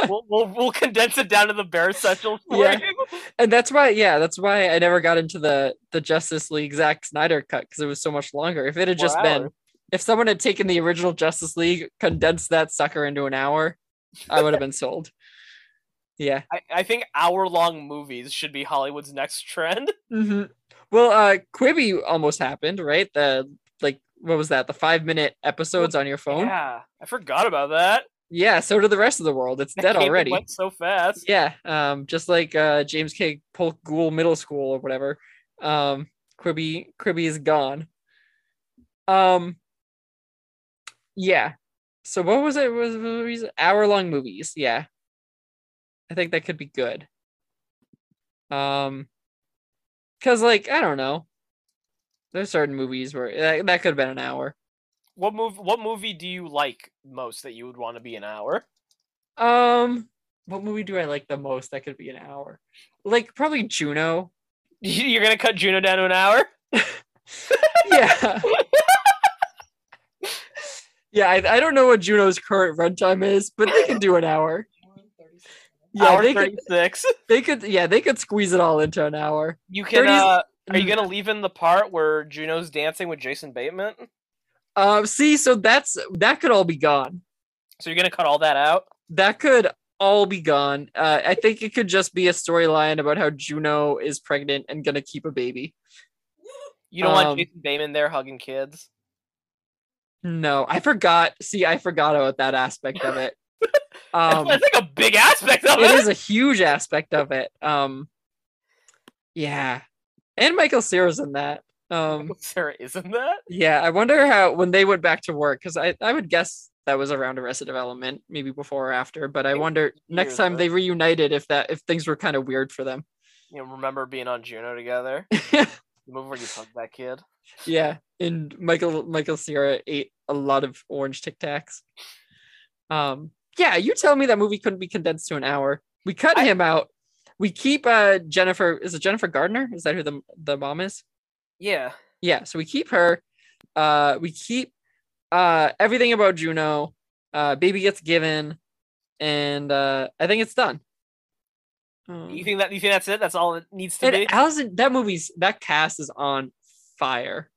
B: we'll, we'll we'll condense it down to the bare essentials.
A: [LAUGHS]
B: for
A: Yeah.
B: you.
A: And that's why yeah, that's why I never got into the the Justice League Zack Snyder cut because it was so much longer. If it had
B: Four
A: just been
B: hours.
A: if someone had taken the original Justice League, condensed that sucker into an hour, I would have been sold. Yeah.
B: I, I think hour long movies should be Hollywood's next trend.
A: hmm
B: Mm-hmm.
A: Well, uh Quibi almost happened, right? The like what was that? The five minute episodes on your phone?
B: Yeah, I forgot about that.
A: Yeah, so did the rest of the world. It's
B: That
A: dead
B: [LAUGHS] came and
A: already.
B: Went so fast.
A: Yeah, um, just like uh, James K. Polk Ghoul Middle School or whatever. Um, Quibby Quibby is gone. Um, yeah. So what was it? Was, was hour long movies? Yeah, I think that could be good. Um, because like I don't know, there's certain movies where that, that could have been an hour.
B: What move? What movie do you like most that you would want to be an hour? [LAUGHS]
A: Um, what movie do I like the most? That could be an hour. Like probably Juno. [LAUGHS]
B: You're gonna cut Juno down to an hour.
A: Yeah. yeah, I, I don't know what Juno's current runtime is, but they can do an hour. Yeah,
B: hour
A: they
B: thirty
A: could,
B: six.
A: they could. Yeah, they could squeeze it all into an hour.
B: You can.
A: 30s
B: Uh, are
A: Mm.
B: you gonna leave in the part where Juno's dancing with Jason Bateman?
A: Uh, see, so that's that could all be gone.
B: So you're gonna cut all that out?
A: That could all be gone. Uh, I think it could just be a storyline about how Juno is pregnant and gonna keep a baby.
B: You don't
A: Um,
B: want Jason Bateman there hugging kids. [LAUGHS]
A: No, I forgot. See, I forgot about that aspect of
B: [LAUGHS]
A: it. Um,
B: That's like a big aspect of
A: it
B: it.
A: is a huge aspect of it. Um, yeah, and Michael Cera's in that. Um,
B: [LAUGHS] Sarah, isn't that?
A: yeah, I wonder how when they went back to work because I I would guess that was around Arrested Development, maybe before or after. But I
B: Maybe
A: wonder next
B: years,
A: time
B: right?
A: they reunited if that if things were kind of weird for them.
B: You know, remember being on
A: [LAUGHS]
B: Juno together? Remember when you hugged that kid?
A: yeah, and Michael Michael Sierra ate a lot of orange Tic Tacs. Um, yeah, you tell me that movie couldn't be condensed to an hour. We cut
B: I-
A: him out. We keep uh Jennifer. Is it Jennifer Gardner? Is that who the the mom is?
B: Yeah.
A: yeah so we keep her uh we keep uh everything about juno uh baby gets given and uh i think it's done um,
B: You think that? You think that's it? That's all it needs to be.
A: it, how's it- that movie's that cast is on
B: [LAUGHS]
A: fire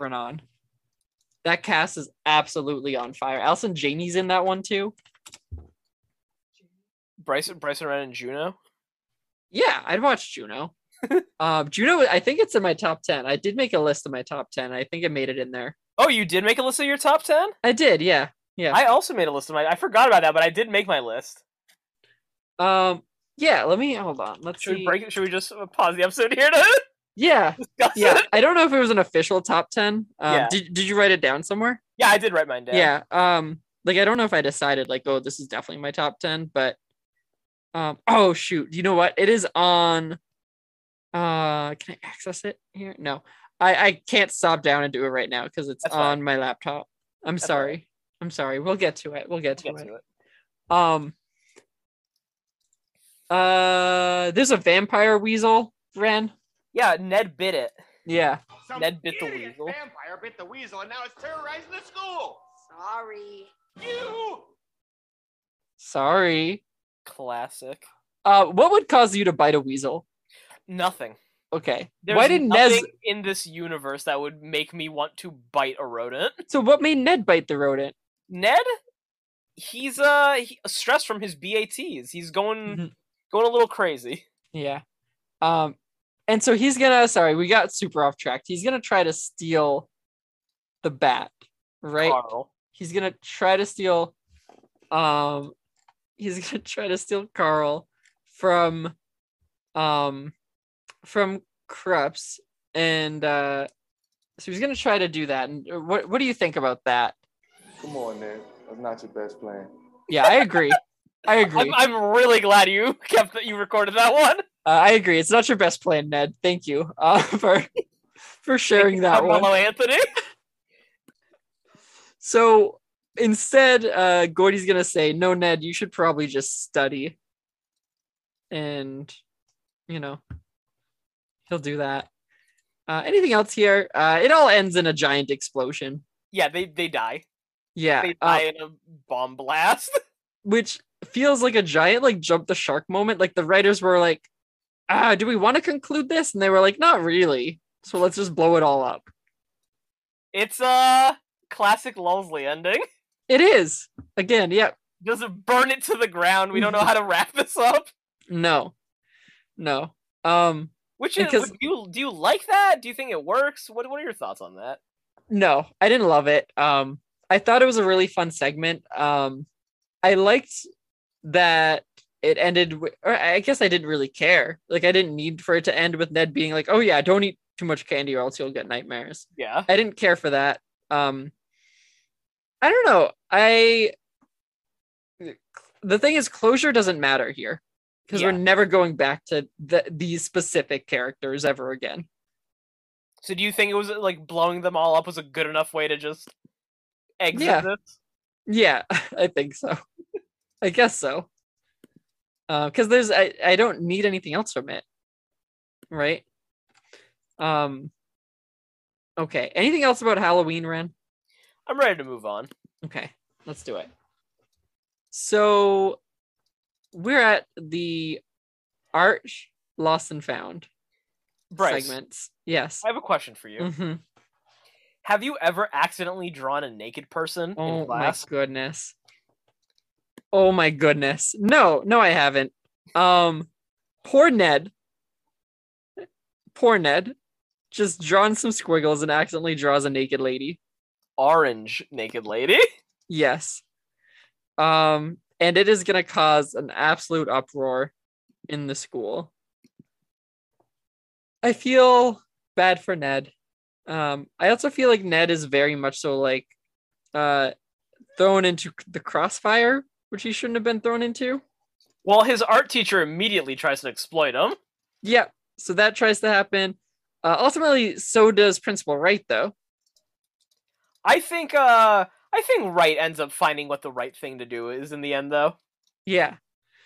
A: renan that cast is absolutely on fire allison janey's in that one too
B: Bryson, Bryson Ren, and Juno.
A: yeah i'd watch
B: [LAUGHS]
A: juno um juno i think it's in my top 10 i did make a list of my top 10 i think it made it in there
B: Oh, you did make a list of your top ten.
A: i did yeah yeah
B: I also made a list of my. I forgot about that, but I did make my list.
A: Um. Yeah. Let me hold on. Let's
B: Should
A: see.
B: we break it? Should we just uh, pause the episode here to [LAUGHS]
A: Yeah.
B: discuss [LAUGHS]
A: Yeah.
B: it?
A: I don't know if it was an official top ten. Um,
B: Yeah.
A: Did Did you write it down somewhere?
B: Yeah, I did write mine down.
A: Yeah. Um. Like I don't know if I decided like oh this is definitely my top ten, but um. Oh shoot. You know what? It is on. Uh. Can I access it here? No. I I can't stop down and do it right now because it's
B: That's fine.
A: on my laptop. I'm
B: That's all
A: sorry.
B: right.
A: I'm sorry. We'll get to it. We'll get to
B: We'll
A: it.
B: get to it.
A: Um uh there's a vampire weasel, Ren.
B: Yeah, Ned bit it.
A: Yeah.
D: Some
B: Ned bit the
D: idiot
B: weasel.
D: Vampire bit the weasel, and now it's terrorizing the school.
C: Sorry.
D: You.
A: Sorry.
B: Classic.
A: Uh what would cause you to bite a weasel?
B: Nothing.
A: Okay.
B: There's
A: Why did Ned
B: nothing in this universe that would make me want to bite a rodent?
A: So what made Ned bite the rodent?
B: Ned, he's uh he, stressed from his BATs. He's going
A: Mhm.
B: going a little crazy.
A: Yeah. Um and so he's going to sorry, we got super off track. He's going to try to steal the bat, right?
B: Carl.
A: He's going to try to steal um he's [LAUGHS] going to try to steal Carl from um from Krups and uh so he's going to try to do that. And what what do you think about that?
E: Come on, Ned. That's not your best plan.
A: Yeah, I agree. [LAUGHS] I agree.
B: I'm, I'm really glad you [LAUGHS] kept that you recorded that one.
A: Uh, I agree. It's not your best plan, Ned. Thank you uh, [LAUGHS] for for sharing that one.
B: Carmelo Anthony. [LAUGHS]
A: So instead, uh, Gordy's gonna say, "No, Ned, you should probably just study," and you know he'll do that. Uh, anything else here? Uh, it all ends in a giant explosion.
B: Yeah, they they die.
A: Yeah,
B: They
A: uh,
B: die in a bomb blast. [LAUGHS]
A: which feels like a giant like jump the shark moment. Like the writers were like, "Ah, do we want to conclude this?" And they were like, "Not really." So let's just blow it all up.
B: It's a classic Lulzley ending.
A: It is again. Yep.
B: Just burn it to the ground. We
A: [LAUGHS]
B: don't know how to wrap this up.
A: No, no. Um,
B: Which is
A: Because-
B: do you do you like that? Do you think it works? What what are your thoughts on that?
A: no, I didn't love it. Um, I thought it was a really fun segment. Um, I liked that it ended. With, or I guess I didn't really care. Like I didn't need for it to end with Ned being like, "Oh yeah, don't eat too much candy or else you'll get nightmares."
B: Yeah.
A: I didn't care for that. Um, I don't know. I the thing is, closure doesn't matter here because we're
B: Yeah.
A: never going back to the, these specific characters ever again.
B: So do you think it was like blowing them all up was a good enough way to just exit
A: Yeah.
B: this?
A: Yeah, [LAUGHS] I think so. I guess so. Because there's, I, I don't need anything else from it, right? Um. Okay. Anything else about Halloween, Ren?
B: I'm ready to move on.
A: Okay, let's do it. So we're at the art lost and found
B: Bryce,
A: segments. Yes.
B: I have a question for you.
A: hmm
B: Have you ever accidentally drawn a naked person
A: Oh
B: in
A: my
B: class?
A: goodness. Oh my goodness. No, no, I haven't. Um poor Ned. Poor Ned. Just drawn some squiggles and accidentally draws a naked lady.
B: Orange naked lady. [LAUGHS]
A: Yes. Um, and it is gonna cause an absolute uproar in the school. I feel bad for Ned. Um, I also feel like Ned is very much so like uh thrown into c- the crossfire, which he shouldn't have been thrown into.
B: Well, his art teacher immediately tries to exploit him.
A: Yeah, so that tries to happen. Uh, ultimately, so does Principal Wright, though.
B: I think uh I think Wright ends up finding what the right thing to do is in the end though.
A: Yeah.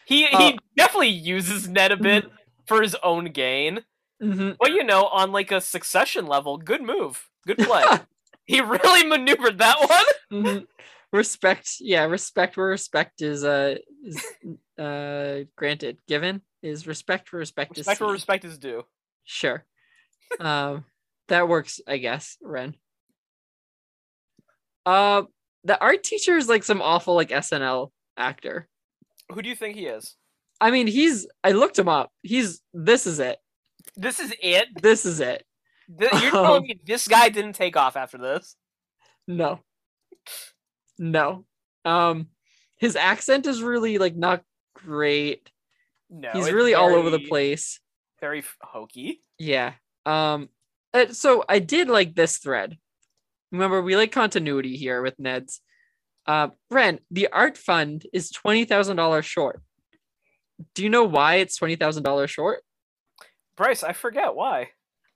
B: He
A: Uh, mm-hmm.
B: he definitely uses Ned a bit for his own gain.
A: hmm
B: But you know, on like a succession level, good move.
A: [LAUGHS]
B: Good play. he really maneuvered that one.
A: Mhm. respect yeah respect where respect is uh is, uh granted given is respect where respect, is
B: Respect where
A: seen.
B: respect is due.
A: sure um that works i guess ren uh the art teacher is like some awful like snl actor
B: Who do you think he is?
A: i mean he's i looked him up he's this is it
B: This is it.
A: this is it [LAUGHS]
B: Th- you're
A: Um.
B: telling me this guy didn't take off after this.
A: no no um his accent is really like not great
B: No,
A: he's
B: it's
A: really all over the
B: very-
A: place
B: Very f- hokey.
A: Yeah. Um uh, so I did like this thread. Remember, we like continuity here with Ned's. Uh Ren, the art fund is twenty thousand dollars short. Do you know why it's twenty thousand dollars short?
B: Bryce, I forget why.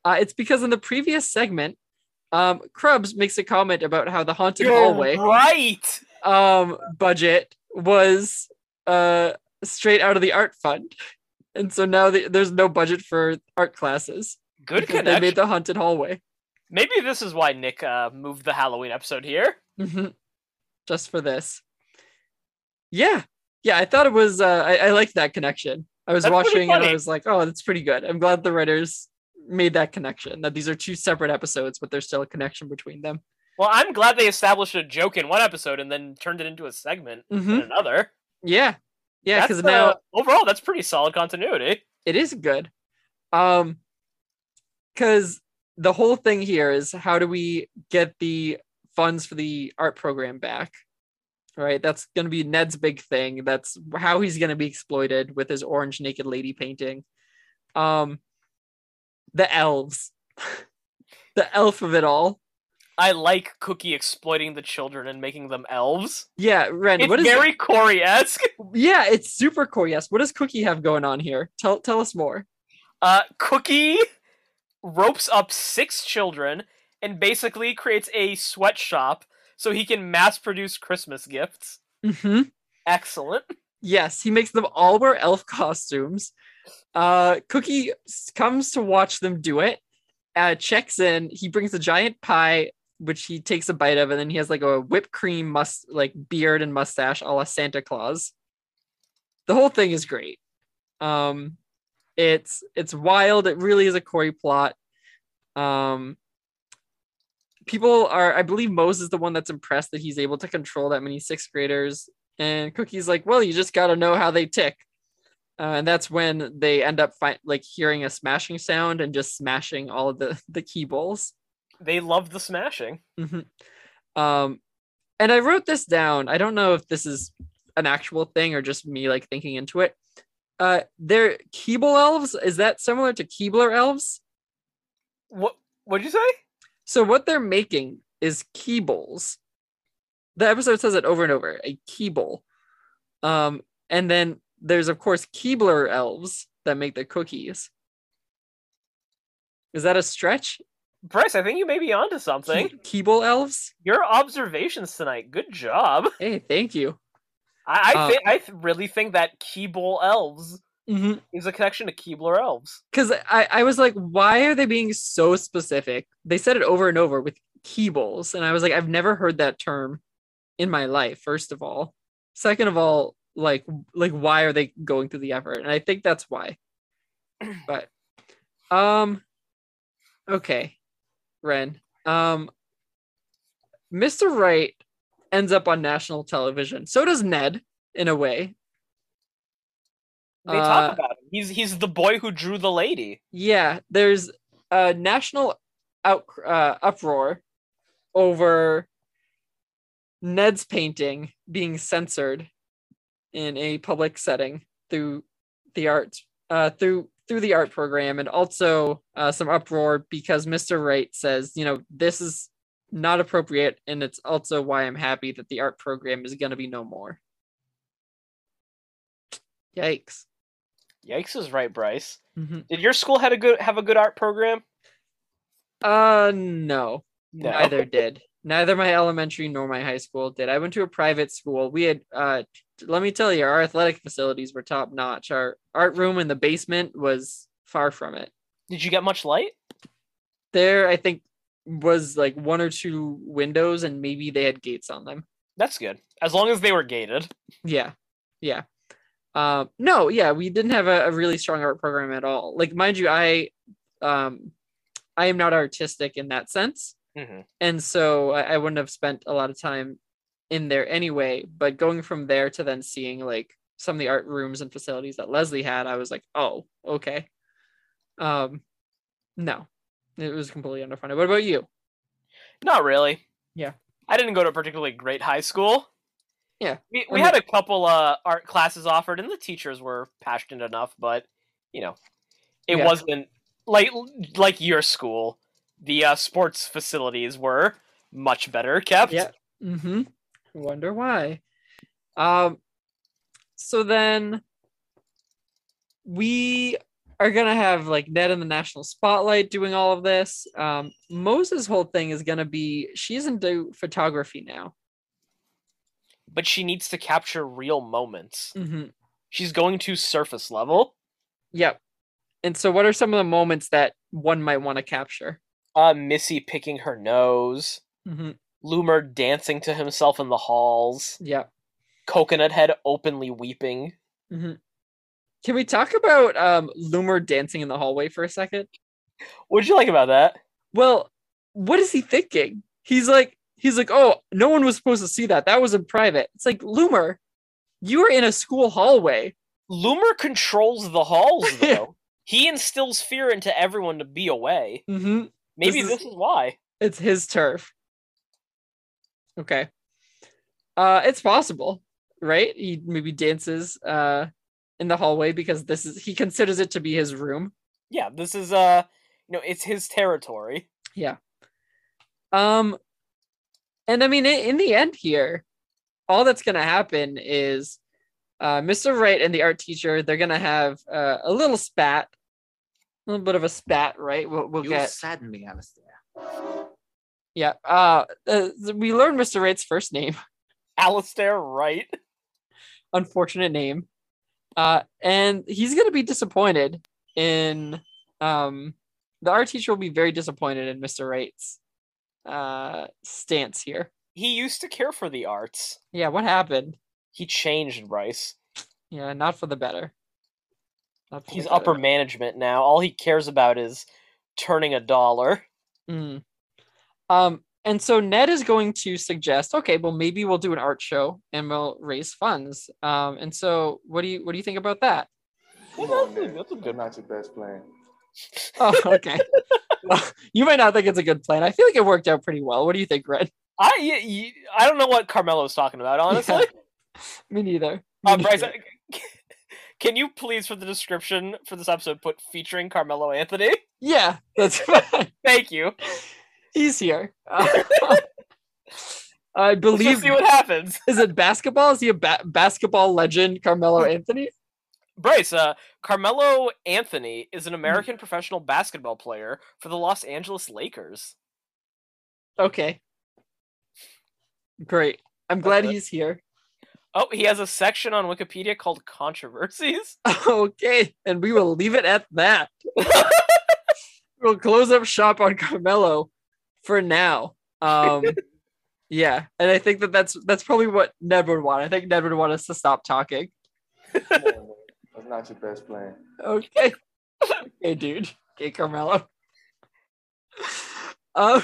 A: Uh it's because in the previous segment, um Krubs makes a comment about how the haunted hallway
B: right.
A: um budget was uh straight out of the art fund. And so now the, there's no budget for art classes.
B: Good
A: because They
B: connection.
A: made the haunted hallway.
B: Maybe this is why Nick uh, moved the Halloween episode here.
A: hmm Just for this. Yeah. Yeah. I thought it was, uh, I, I liked that connection. I was
B: That's pretty
A: watching and I
B: funny.
A: was like, oh, that's pretty good. I'm glad the writers made that connection that these are two separate episodes, but there's still a connection between them.
B: Well, I'm glad they established a joke in one episode and then turned it into a segment
A: hmm
B: in another.
A: Yeah. Yeah.
B: Mm-hmm. That's,
A: Because
B: uh,
A: now
B: overall, that's pretty solid continuity.
A: it is good. Um, because the whole thing here is how do we get the funds for the art program back? Right, that's going to be Ned's big thing. That's how he's going to be exploited with his orange naked lady painting. Um, the elves, [LAUGHS] the elf of it all.
B: I like Cookie exploiting the children and making them elves.
A: Yeah, Ren.
B: it's
A: what is?
B: very Corey esque.
A: yeah, it's super cool. Yes. What does Cookie have going on here? Tell tell us more.
B: Uh, Cookie ropes up six children and basically creates a sweatshop so he can mass produce Christmas gifts.
A: Mm-hmm.
B: Excellent.
A: Yes, he makes them all wear elf costumes. Uh, Cookie s- comes to watch them do it. Uh, checks in. He brings a giant pie, which he takes a bite of, and then he has like a whipped cream must like beard and mustache, a la Santa Claus. The whole thing is great. Um, it's it's wild. It really is a Corey plot. Um, people are. I believe Mose is the one that's impressed that he's able to control that many sixth graders and Cookie's like, "Well, you just got to know how they tick," uh, and that's when they end up fi- like hearing a smashing sound and just smashing all of the [LAUGHS] the key bowls.
B: They love the smashing.
A: Mhm. Um, and I wrote this down. I don't know if this is an actual thing or just me like thinking into it. Uh, they're Keeble elves. Is that similar to Keebler elves?
B: What? What'd you say?
A: So what they're making is Keebles. The episode says it over and over, a Keeble. Um, and then there's of course Keebler elves that make the cookies. Is that a stretch?
B: Bryce, I think you may be
A: [LAUGHS]
B: onto something.
A: Ke- Keeble elves?
B: Your observations tonight, good job.
A: Hey, thank you.
B: I, I,
A: Uh,
B: thi- I th- really think that Keeble elves
A: Mm-hmm.
B: is a connection to Keebler elves.
A: Cause I, I was like, why are they being so specific? They said it over and over with Keebles, and I was like, I've never heard that term in my life, first of all. Second of all, like like why are they going through the effort? And I think that's
B: [CLEARS THROAT]
A: why. But um okay, Ren. Um Mr. Wright ends up on national television. So does Ned in a way.
B: They
A: Uh,
B: talk about him. He's he's the boy who drew the lady.
A: yeah there's a national out uh, uproar over ned's painting being censored in a public setting through the arts uh, through through the art program and also uh, some uproar because Mr. Wright says, you know, this is not appropriate. And it's also why I'm happy that the art program is going to be no more. Yikes.
B: Yikes is right, Bryce.
A: Mhm.
B: Did your school had a good have a good art program?
A: Uh, no.
B: No.
A: Neither did. Neither my elementary nor my high school did. I went to a private school. We had, uh, t- let me tell you, our athletic facilities were top notch. Our art room in the basement was far from it.
B: Did you get much light?
A: There, I think, was like one or two windows, and maybe they had gates on them.
B: That's good. As long as they were gated.
A: Yeah, yeah. Um, no, yeah, we didn't have a, a really strong art program at all. Like, mind you, I, um, I am not artistic in that sense.
B: Mm-hmm.
A: and so I, I wouldn't have spent a lot of time in there anyway but going from there to then seeing like some of the art rooms and facilities that leslie had i was like oh okay um no it was completely underfunded what about you
B: Not really.
A: Yeah.
B: I didn't go to a particularly great high school.
A: Yeah,
B: We,
A: I
B: we
A: mean-
B: had a couple uh, art classes offered, and the teachers were passionate enough, but, you know, it
A: Yeah.
B: wasn't like like your school. The uh, sports facilities were much better kept.
A: Yeah. Mm-hmm. Wonder why. Um, so then we are gonna have like Ned in the national spotlight doing all of this. Um, Moses' whole thing is gonna be she's into photography now.
B: But she needs to capture real moments.
A: Mm-hmm.
B: She's going to surface level.
A: Yep. And so, what are some of the moments that one might want to capture?
B: Uh, Missy picking her nose.
A: Mm-hmm.
B: Loomer dancing to himself in the halls.
A: Yep.
B: Coconut Head openly weeping.
A: Can we talk about um, Loomer dancing in the hallway for a second?
B: What'd you like about that?
A: Well, what is he thinking? He's like, he's like, oh, no one was supposed to see that. That was in private. It's like, Loomer, you were in a school hallway.
B: Loomer controls the halls, though. he instills fear into everyone to be away.
A: Mm-hmm.
B: Maybe
A: is-
B: this is, why.
A: It's his turf. Okay. Uh, it's possible, right? He maybe dances uh in the hallway because this is he considers it to be his room.
B: Yeah, this is uh, you know, it's his territory. [LAUGHS]
A: Um, and I mean, i- in the end, here, all that's gonna happen is uh, Mr. Wright and the art teacher they're gonna have uh, a little spat, a little bit of a spat, right? We'll, we'll
C: you
A: get
C: sadden me, Alistair.
A: yeah. Uh, uh, we learned Mr. Wright's first name, [LAUGHS]
B: Alistair Wright.
A: unfortunate name, uh, and he's gonna be disappointed in um, the art teacher will be very disappointed in Mr. Wright's uh stance here.
B: He used to care for the arts.
A: Yeah, what happened?
B: He changed, Bryce.
A: Yeah, not for the better. Not for the
B: He's
A: better.
B: upper management now. All he cares about is turning a dollar.
A: Mm. Um, and so Ned is going to suggest, okay, well, maybe we'll do an art show and we'll raise funds. Um, and so what do you what do you think about that? [LAUGHS]
E: Come
B: Well,
E: on,
B: that's a-
E: Ned.
B: that's a good
E: That's not your best plan.
A: Oh,
B: [LAUGHS]
A: okay. [LAUGHS] Well, you might not think it's a good plan. I feel like it worked out pretty well. What do you think, Red? [LAUGHS]
B: I y- y- I don't know what Carmelo's talking about, honestly.
A: Me neither.
B: Uh, [LAUGHS] Bryce,
A: neither.
B: I- can you please, for the description for this episode, put featuring Carmelo Anthony? [LAUGHS]
A: Yeah, that's [LAUGHS] fine.
B: Thank you.
A: He's
B: [LAUGHS]
A: here. [LAUGHS] Uh, I
B: Let's just
A: believe
B: see what happens.
A: is it basketball? Is he a ba- basketball legend, Carmelo Anthony?
B: [LAUGHS] Bryce, uh, Carmelo Anthony is an American professional basketball player for the Los Angeles Lakers.
A: Okay. Great. I'm glad
B: Okay.
A: he's here. [LAUGHS]
B: Oh, he has a section on Wikipedia called controversies. [LAUGHS]
A: Okay, and we will leave it at that. we'll close up shop on Carmelo for now. Um, yeah, and I think that that's that's probably what Ned would want. I think Ned would want us to stop talking.
E: Come on, Ned. That's not your best plan.
A: Okay, okay, dude. Okay, Carmelo. Um,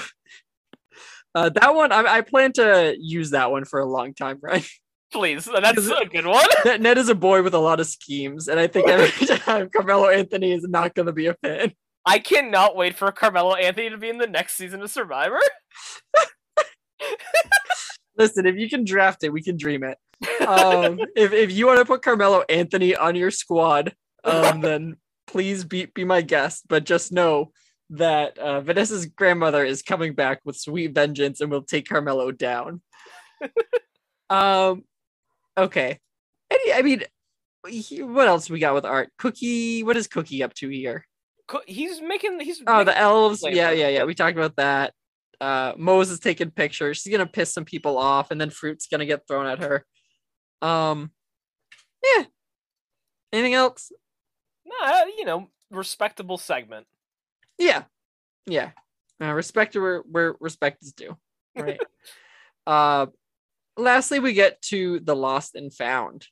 A: uh, that one I, I plan to use that one for a long time, right?
B: Please, uh, that's
A: Is it-
B: a good one. [LAUGHS]
A: Ned, Ned is a boy with a lot of schemes, and I think every time Carmelo Anthony is not going to be a fan.
B: I cannot wait for Carmelo Anthony to be in the next season of Survivor.
A: Listen, if you can draft it, we can dream it. Um, if, if you want to put Carmelo Anthony on your squad, um, then please be be my guest, but just know that uh, Vanessa's grandmother is coming back with sweet vengeance and will take Carmelo down. um, okay. Any, I mean, he- what else we got with art? Cookie, what is Cookie up to here?
B: Co- He's making he's
A: Oh,
B: making-
A: the elves.
B: flavor.
A: Yeah, yeah, yeah. We talked about that. Uh, Mose is taking pictures. She's gonna piss some people off, and then fruit's gonna get thrown at her. Um, yeah. Anything else?
B: nah, you know respectable segment.
A: Yeah, yeah. Uh, respect to where where respect is due.
B: [LAUGHS]
A: Right. uh, lastly, we get to the lost and found.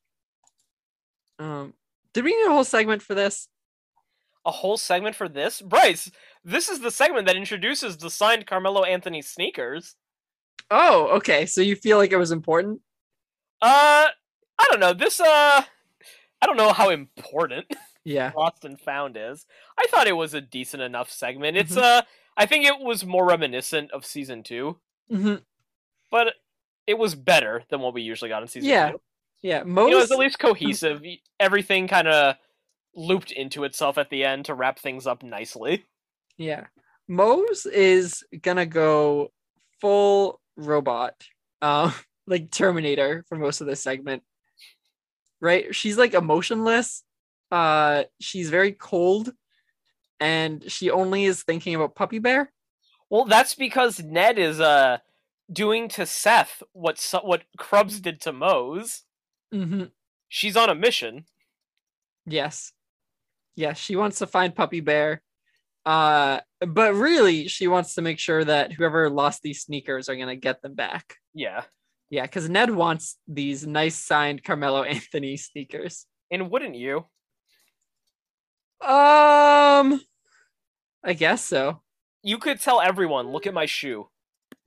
A: Um, did we need a whole segment for this?
B: A whole segment for this, Bryce. This is the segment that introduces the signed Carmelo Anthony sneakers.
A: Oh, okay. So you feel like it was important?
B: Uh, I don't know this. Uh, I don't know how important
A: Yeah.
B: Lost and Found is. I thought it was a decent enough segment. It's uh, I think it was more reminiscent of season two,
A: hmm
B: but it was better than what we usually got in season
A: Yeah.
B: two.
A: Yeah.
B: You
A: Mose.
B: know, it's at least cohesive. y- Everything kind of looped into itself at the end to wrap things up nicely.
A: Yeah. Mose is gonna go full robot, um, [LAUGHS] like Terminator for most of this segment. Right? She's like emotionless. Uh she's very cold and she only is thinking about Puppy Bear.
B: Well, that's because Ned is uh doing to Seth what so- what Krubs did to Mose.
A: Mm-hmm.
B: She's on a mission.
A: Yes. Yes, she wants to find Puppy Bear. Uh but really she wants to make sure that whoever lost these sneakers are gonna get them back.
B: Yeah,
A: Yeah, because Ned wants these nice signed Carmelo [LAUGHS] Anthony sneakers.
B: and wouldn't you?
A: Um, I guess so.
B: You could tell everyone, look at my shoe.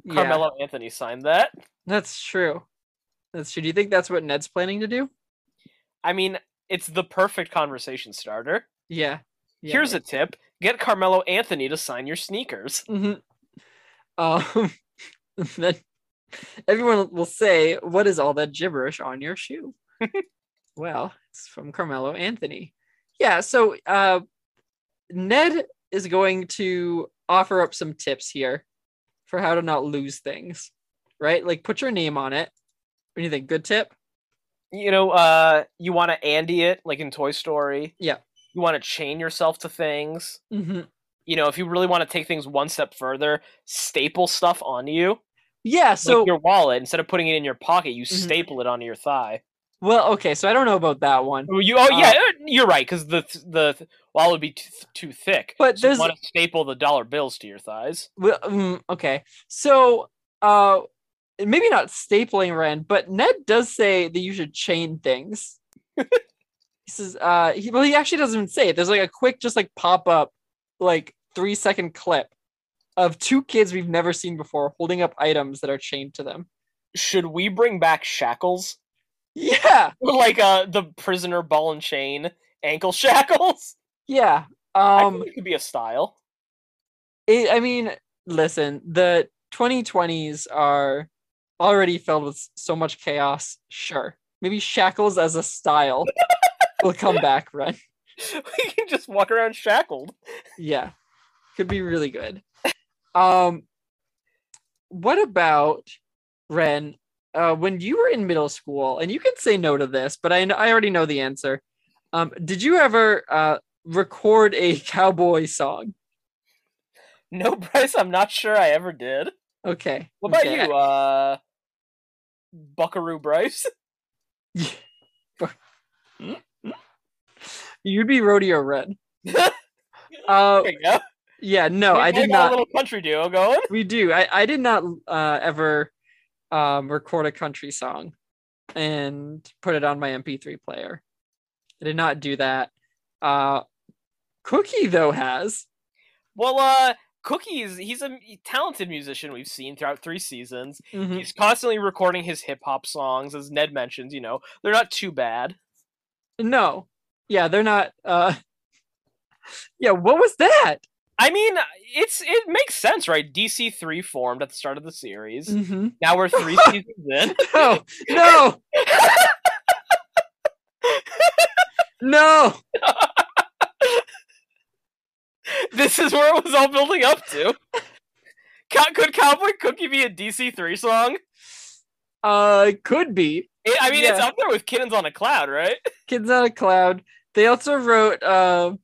A: Yeah,
B: Carmelo Anthony signed that.
A: that's true. That's true. Do you think that's what Ned's planning to do?
B: I mean, it's the perfect conversation starter.
A: Yeah. yeah
B: Here's a tip: get Carmelo Anthony to sign your sneakers.
A: Mhm. Um, [LAUGHS] and then everyone will say, "What is all that gibberish on your shoe?" well, it's from Carmelo Anthony. Yeah. So, uh, Ned is going to offer up some tips here for how to not lose things, right? Like, put your name on it. What do you think? Good tip.
B: you know, uh, you want to Andy it, like in Toy Story.
A: Yeah.
B: You want to chain yourself to things.
A: Mm-hmm.
B: You know, if you really want to take things one step further, staple stuff onto you.
A: Yeah.
B: So
A: So, Mm-hmm.
B: your wallet, instead of putting it in your pocket, you staple it onto your thigh.
A: well, okay. So I don't know about that one.
B: Well, You, oh
A: Uh,
B: yeah, uh, you're right because the th- the th- wallet would be t- too thick.
A: But
B: So you
A: there's-
B: want to staple the dollar bills to your thighs.
A: Well, mm, okay. So, uh, maybe not stapling Ren, but Ned does say that you should chain things. he says, uh, he, well, he actually doesn't even say it. There's like a quick, just like pop up, like three second clip of two kids we've never seen before holding up items that are chained to them.
B: Should we bring back shackles, [LAUGHS]
A: Yeah.
B: like uh, the prisoner ball and chain ankle [LAUGHS] shackles?
A: Yeah.
B: I
A: Um,
B: think it could be a style. [LAUGHS]
A: it, I mean, listen, the 2020s are already filled with s- so much chaos. Sure. Maybe shackles as a
B: [LAUGHS]
A: style will come back, Ren.
B: we can just walk around shackled.
A: Yeah. Could be really good. Um what about Ren? Uh, when you were in middle school, and you can say no to this, but I, kn- I already know the answer. Um, did you ever uh, record a [LAUGHS] cowboy song?
B: No, [LAUGHS] Bryce, I'm not sure I ever did.
A: Okay.
B: What about
A: okay.
B: you, uh, Buckaroo Bryce? [LAUGHS]
A: [LAUGHS] You'd be rodeo Ren.
B: There
A: Uh,
B: you go.
A: Yeah, Oh, no,
B: We
A: I
B: might
A: did
B: have A [LAUGHS]
A: not.
B: little country duo going.
A: We do. I, I did not uh, ever um, record a country song and put it on my MP3 player. I did not do that. Uh, Cookie though has.
B: Well, uh, Cookies, he's a m- talented musician we've seen throughout three seasons.
A: Mhm.
B: He's constantly recording his hip hop songs, as Ned mentions, you know, they're not too bad.
A: No, yeah, they're not. Uh... [LAUGHS] Yeah, what was that?
B: I mean, it's it makes sense, right? DC3 formed at the start of the series.
A: Mhm.
B: Now we're [LAUGHS] three seasons in.
A: No, no, no.
B: this is where it was all building up to. Co- could Cowboy Cookie be a DC three song?
A: Uh, could be
B: It- I mean, it's
A: Yeah.
B: up there with Kittens on a Cloud, right?
A: Kids on a Cloud. They also wrote um,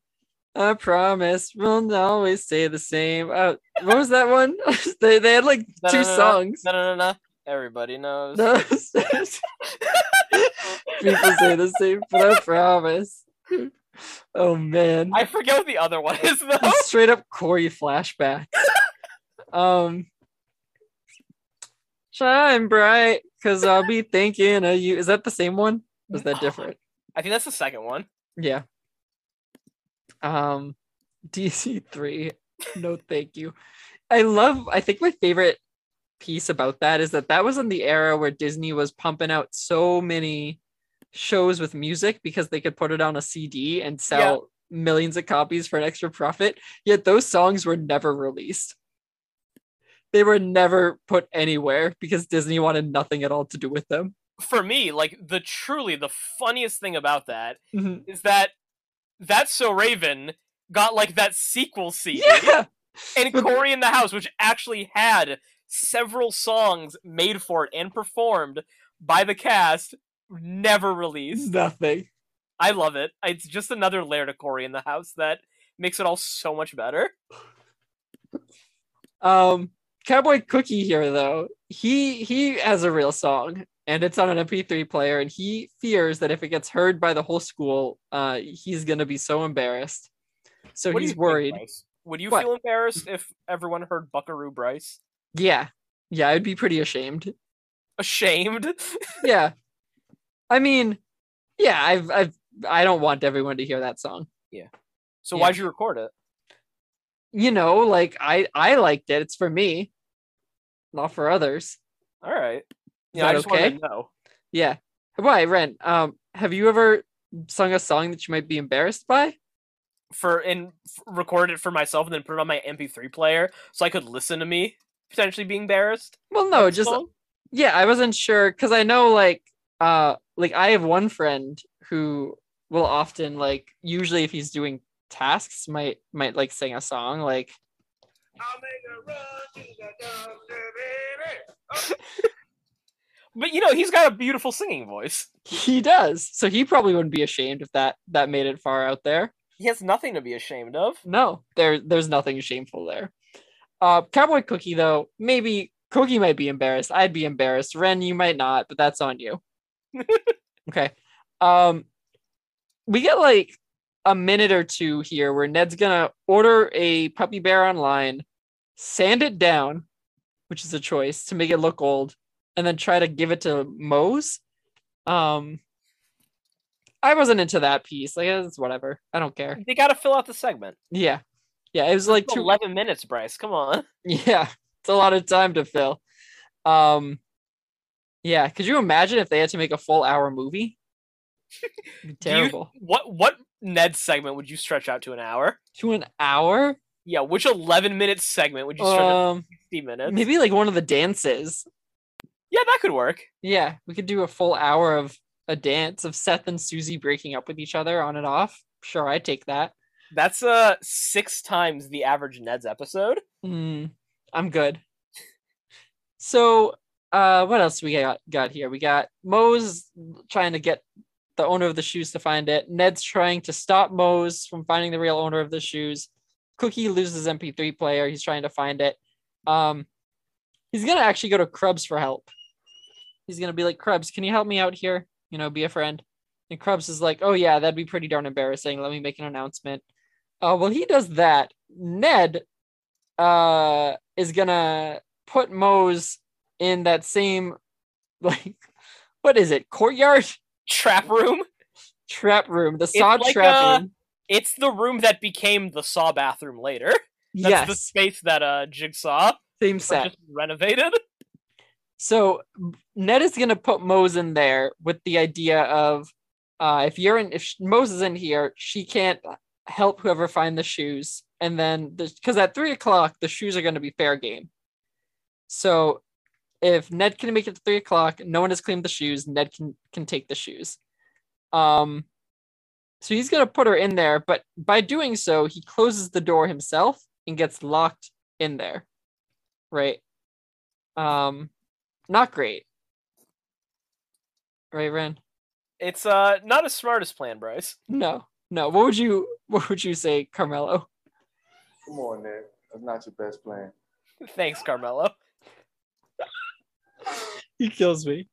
A: I promise we'll always stay the same. Uh, what was that one? [LAUGHS] they they had like
B: No, no,
A: two
B: no, no.
A: songs.
B: [LAUGHS] No, no, no, no. Everybody [LAUGHS] knows.
A: Those- [LAUGHS] People say the same, but I
B: [LAUGHS]
A: promise. Oh man,
B: I forget what the other one is [LAUGHS] though.
A: Just straight up Corey flashback. um, shine bright, cause I'll be thinking of you. Is that the same one? Or Is that different?
B: I think that's the second one.
A: Yeah. Um, DC three. No, thank you. I love. I think my favorite piece about that is that that was in the era where Disney was pumping out so many shows with music because they could put it on a CD and sell millions of copies for an extra profit. Yet those songs were never released. They were never put anywhere because Disney wanted nothing at all to do with them.
B: For me, like the truly the funniest thing about that
A: Mhm.
B: is that That's So Raven got like that sequel CD
A: [LAUGHS] Yeah.
B: and Corey in the House, which actually had several songs made for it and performed by the cast, never
A: Mm.
B: released.
A: Nothing.
B: I love it. It's just another layer to Corey in the House that makes it all so much better.
A: Um, Cowboy Cookie here though, he he has a real song and it's on an MP3 player, and he fears that if it gets heard by the whole school, uh, he's gonna be so embarrassed. So
B: What do you
A: he's
B: think,
A: worried.
B: Bryce? Would you
A: What?
B: feel embarrassed if everyone heard Buckaroo Bryce? [LAUGHS]
A: yeah, yeah, I'd be pretty ashamed.
B: Ashamed? [LAUGHS]
A: yeah, I mean, yeah, I've I've I don't want everyone to hear that song.
B: So
A: Yeah.
B: why'd you record it?
A: You know, like I I liked it. It's for me, not for others.
B: All right. Yeah,
A: that
B: I just
A: okay?
B: wanted to know.
A: Yeah. Why, Ren? Um, have you ever sung a song that you might be embarrassed by?
B: For and f- record it for myself and then put it on my MP3 player so I could listen to me potentially being embarrassed.
A: Well, no,
B: That's
A: Oh, just uh,
B: all.
A: yeah, I wasn't sure because I know like uh like I have one friend who will often like usually if he's doing tasks might might like sing a song like
D: I'll make a run to the doctor, baby.
B: But you know, he's got a beautiful singing voice.
A: he does so he probably wouldn't be ashamed if that that made it far out there
B: He has nothing to be ashamed of.
A: no there there's nothing shameful there uh cowboy cookie though maybe cookie might be embarrassed i'd be embarrassed ren you might not but that's on you okay um we get like a minute or two here where Ned's gonna order a puppy bear online, sand it down, which is a choice to make it look old, and then try to give it to Moe's. Um, I wasn't into that piece. Like it's whatever. I don't care.
B: They got to fill out the segment.
A: Yeah, yeah. It was like two.
B: Eleven minutes, Bryce. Come on.
A: [LAUGHS] Yeah, it's a lot of time to fill. Um, yeah. Could you imagine if they had to make a full hour movie? It'd be
B: [LAUGHS] Do you-
A: Terrible.
B: what what Ned segment would you stretch out to an hour?
A: to an hour.
B: Yeah, which eleven minute segment would you stretch out
A: Um,
B: to sixty minutes?
A: maybe like one of the dances.
B: Yeah, that could work.
A: Yeah, we could do a full hour of a dance of Seth and Susie breaking up with each other on and off. Sure, I take that.
B: That's uh six times the average Ned's episode.
A: Mm, I'm good. So, uh, what else we got got here? We got Moe's trying to get the owner of the shoes to find it. Ned's trying to stop Moe's from finding the real owner of the shoes. Cookie loses MP3 player. He's trying to find it. Um, he's gonna actually go to Krubs for help. He's gonna be like, Krubs, can you help me out here? You know, be a friend. And Krubs is like, Oh yeah, that'd be pretty darn embarrassing. Let me make an announcement. Uh, well, he does that. Ned uh is gonna put Moe's in that same [LAUGHS] like what is it courtyard
B: Trap room.
A: trap room the saw
B: like
A: trap
B: a-
A: room
B: It's the room that became the Saw bathroom later. That's
A: yes
B: the space that uh Jigsaw
A: same set
B: just renovated.
A: So Ned is gonna put Mose in there with the idea of uh, if you're in, if sh- Mose is in here, she can't help whoever find the shoes, and then because at three o'clock the shoes are gonna be fair game. So if Ned can make it to three o'clock, no one has claimed the shoes. Ned can can take the shoes. Um, So he's going to put her in there, but by doing so, he closes the door himself and gets locked in there. Right? Um not great. Right, Ren?
B: It's uh not as smartest plan, Bryce.
A: No. No. What would you what would you say, Carmelo?
E: Come on, Nick. That's not your best plan.
B: Thanks, Carmelo.
A: He kills me.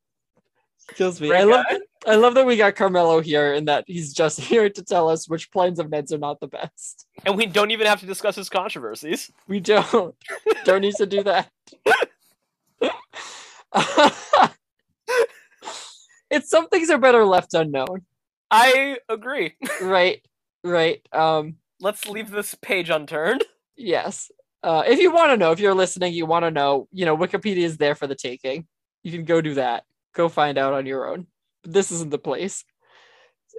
A: He kills me.
B: Great
A: I love
B: guy.
A: that, I love that we got Carmelo here and that he's just [LAUGHS] here to tell us which plans of Ned's are not the best.
B: And we don't even have to discuss his controversies.
A: We don't don't need to do that. [LAUGHS] it's some things are better left unknown,
B: I agree. [LAUGHS]
A: right? Right. Um
B: Let's leave this page unturned.
A: yes. Uh if you want to know, if you're listening, you want to know, you know, Wikipedia is there for the taking. You can go do that. Go find out on your own. But this isn't the place.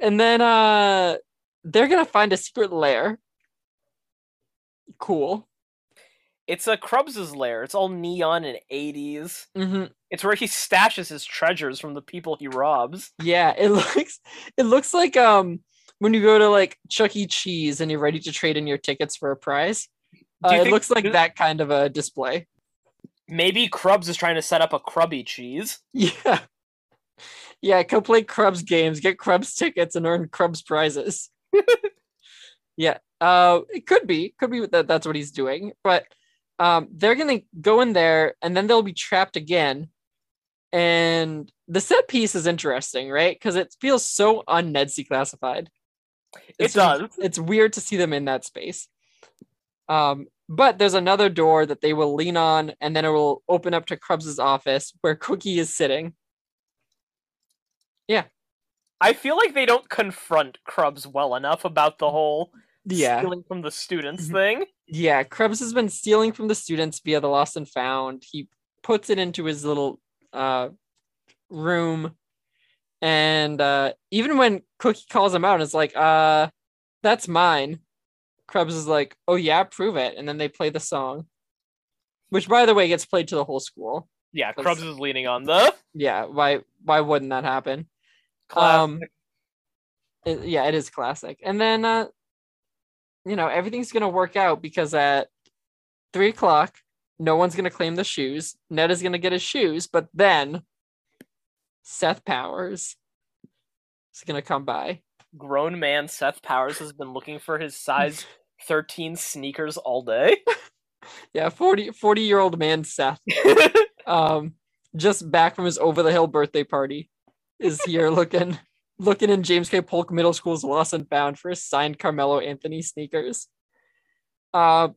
A: And then uh they're going to find a secret lair. Cool.
B: It's a Krubs's lair. It's all neon and 80s.
A: Mhm.
B: It's where he stashes his treasures from the people he robs.
A: Yeah, it [LAUGHS] looks it looks like um when you go to like Chuck E. Cheese and you're ready to trade in your tickets for a prize.
B: Do
A: Uh,
B: you
A: it
B: think-
A: looks like that kind of a display. [LAUGHS]
B: Maybe Krubs is trying to set up a Krubby cheese.
A: Yeah. Yeah, go play Krubs games, get Krubs tickets, and earn Krubs
B: [LAUGHS]
A: prizes. yeah. Uh it could be. Could be that that's what he's doing. But um they're gonna go in there and then they'll be trapped again. And the set piece is interesting, right? Because it feels so un Nedcy classified.
B: It
A: It's-
B: does.
A: it's weird to see them in that space. Um, but there's another door that they will lean on, and then it will open up to Krubs' office where Cookie is sitting.
B: I feel like they don't confront Krubs well enough about the whole
A: Yeah.
B: stealing from the students
A: Mhm.
B: thing.
A: Yeah. Krubs has been stealing from the students via the lost and found. He puts it into his little uh, room. And uh, even when Cookie calls him out and is like, uh, that's mine, Krubs is like, oh, yeah, prove it. And then they play the song, which, by the way, gets played to the whole school.
B: Yeah,
A: Let's-
B: Krubs is leaning on the
A: yeah why why wouldn't that happen
B: class.
A: um it- yeah it is classic and then uh you know everything's gonna work out because at three o'clock no one's gonna claim the shoes ned is gonna get his shoes but then seth powers is gonna come by
B: Grown man Seth Powers has been looking for his size 13 sneakers all day.
A: yeah 40 40 year old man seth um just back from his over the hill birthday party is here looking looking in james k polk middle school's lost and found for his signed carmelo anthony sneakers uh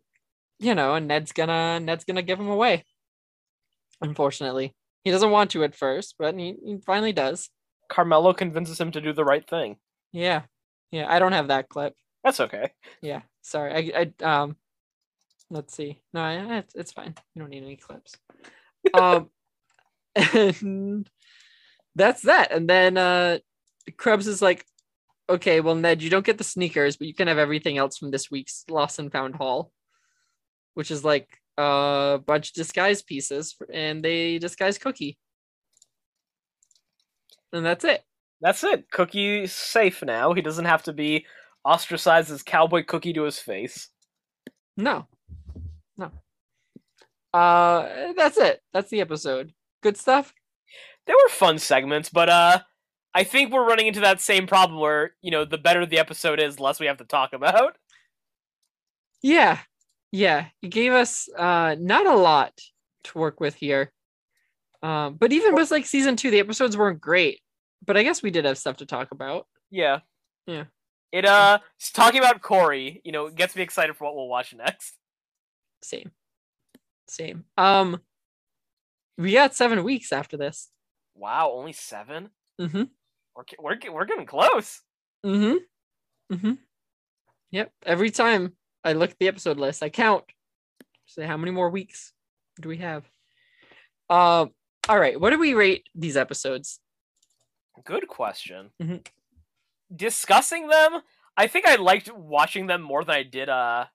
A: you know and ned's gonna ned's gonna give him away unfortunately he doesn't want to at first but he, he finally does
B: Carmelo convinces him to do the right thing.
A: yeah yeah i don't have that clip
B: That's okay.
A: yeah sorry i i um let's see no I- I, it's, it's fine you don't need any clips um [LAUGHS] and that's that and then uh krebs is like okay well ned you don't get the sneakers but you can have everything else from this week's lost and found haul which is like uh, a bunch of disguise pieces for, and they disguise cookie and that's it
B: That's it. Cookie's safe now. He doesn't have to be ostracized as cowboy cookie to his face.
A: No. No. Uh that's it. That's the episode. Good stuff.
B: They were fun segments, but uh I think we're running into that same problem where, you know, the better the episode is, less we have to talk about. [LAUGHS]
A: Yeah. Yeah. He gave us uh not a lot to work with here. Um, but even with like season two, the episodes weren't great. But I guess we did have stuff to talk about.
B: Yeah.
A: Yeah.
B: It uh s- talking about Corey, you know, gets me excited for what we'll watch next.
A: Same. Same. Um we got seven weeks after this.
B: Wow, only 7?
A: Mm-hmm.
B: We're ge- we're ge- we're getting close.
A: Mm-hmm. Mm-hmm. Yep. Every time I look at the episode list, I count. Say how many more weeks do we have? Um. All right. What do we rate these episodes?
B: Good question.
A: Mhm.
B: Discussing them, I think I liked watching them more than I did uh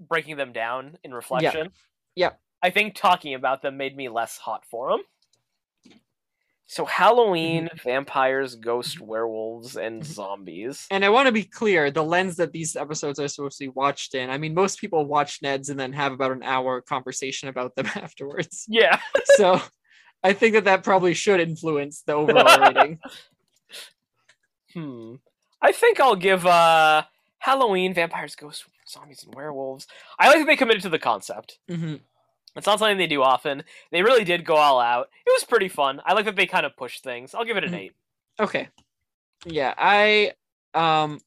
B: breaking them down in reflection.
A: Yep.
B: I think talking about them made me less hot for them. So Halloween, vampires, ghost werewolves, and zombies.
A: And I want to be clear the lens that these episodes are supposed to be watched in. I mean, most people watch Ned's and then have about an hour conversation about them [LAUGHS] afterwards.
B: Yeah.
A: So I think that that probably should influence the overall rating.
B: Hmm. I think I'll give uh Halloween, vampires, ghosts, zombies, and werewolves. I like that they committed to the concept.
A: hmm
B: It's not something they do often. They really did go all out. It was pretty fun. I like that they kind of pushed things. I'll give it an
A: Mhm.
B: eight.
A: Okay. Yeah, I um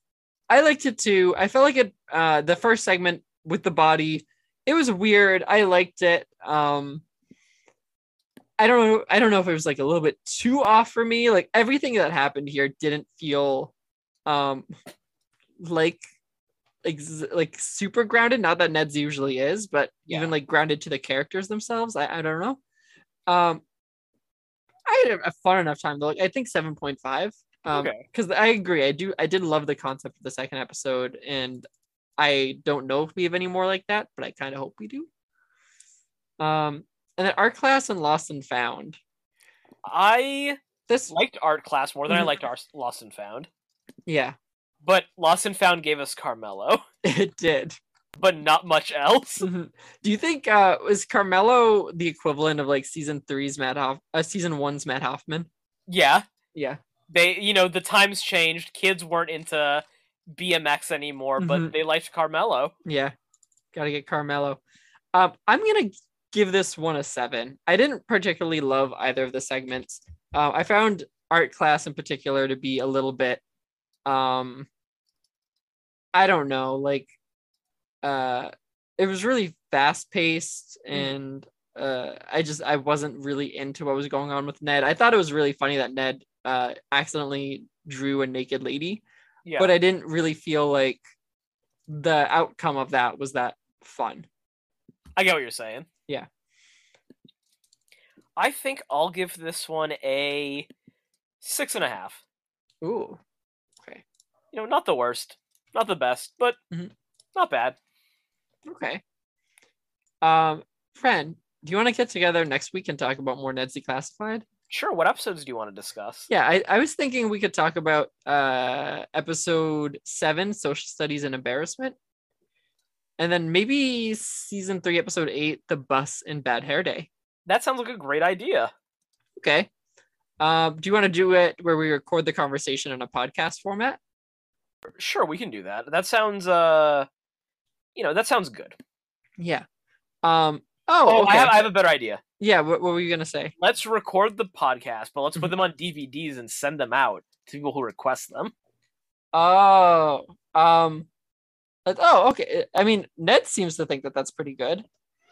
A: I liked it too. I felt like it uh the first segment with the body, it was weird. I liked it. Um I don't know I don't know if it was like a little bit too off for me. Like everything that happened here didn't feel um like ex- like super grounded, not that Ned's usually is, but even like grounded to the characters themselves. I, I don't know. Um I had a- a fun enough time though. Like, I think seven point five. Um,
B: Okay.
A: Because I agree, I do. I did love the concept of the second episode, and I don't know if we have any more like that, but I kind of hope we do. Um, and then art class and lost and found.
B: I
A: This,
B: liked art class more than I
A: Mhm.
B: liked Ar- Lost and Found,
A: yeah, [LAUGHS]
B: but Lost and Found gave us Carmelo, [LAUGHS]
A: it did.
B: but not much else.
A: Mhm. do you think uh is Carmelo the equivalent of like season three's Matt Hoff, uh, season one's Matt Hoffman?
B: Yeah,
A: Yeah,
B: they you know the times changed. Kids weren't into BMX anymore,
A: Mhm.
B: but they liked Carmelo.
A: Yeah, gotta get Carmelo. Um, I'm gonna give this one a seven. I didn't particularly love either of the segments. Uh, I found art class in particular to be a little bit, um, I don't know, like, uh, it was really fast paced and uh, I just I wasn't really into what was going on with Ned. I thought it was really funny that Ned uh accidentally drew a naked lady
B: Yeah,
A: but I didn't really feel like the outcome of that was that fun.
B: I get what you're saying.
A: Yeah.
B: I think I'll give this one a six and a half.
A: Ooh.
B: You know, not the worst, not the best, but
A: Mhm.
B: not bad.
A: Okay. Um, friend, do you want to get together next week and talk about more Ned's Declassified?
B: Sure. What episodes do you want to discuss?
A: Yeah, I, I was thinking we could talk about uh episode seven, social studies and embarrassment. And then maybe season three, episode eight, the bus and bad hair day.
B: That sounds like a great idea.
A: Okay. Um, do you want to do it where we record the conversation in a podcast format?
B: Sure, we can do that. That sounds uh, you know, that sounds good.
A: Yeah. Um. Oh,
B: Oh,
A: okay.
B: I have I have a better idea.
A: yeah. What, what were you gonna say?
B: Let's record the podcast, but let's put them on DVDs and send them out to people who request them.
A: Oh. Um. but- oh, okay. I mean, Ned seems to think that that's pretty good.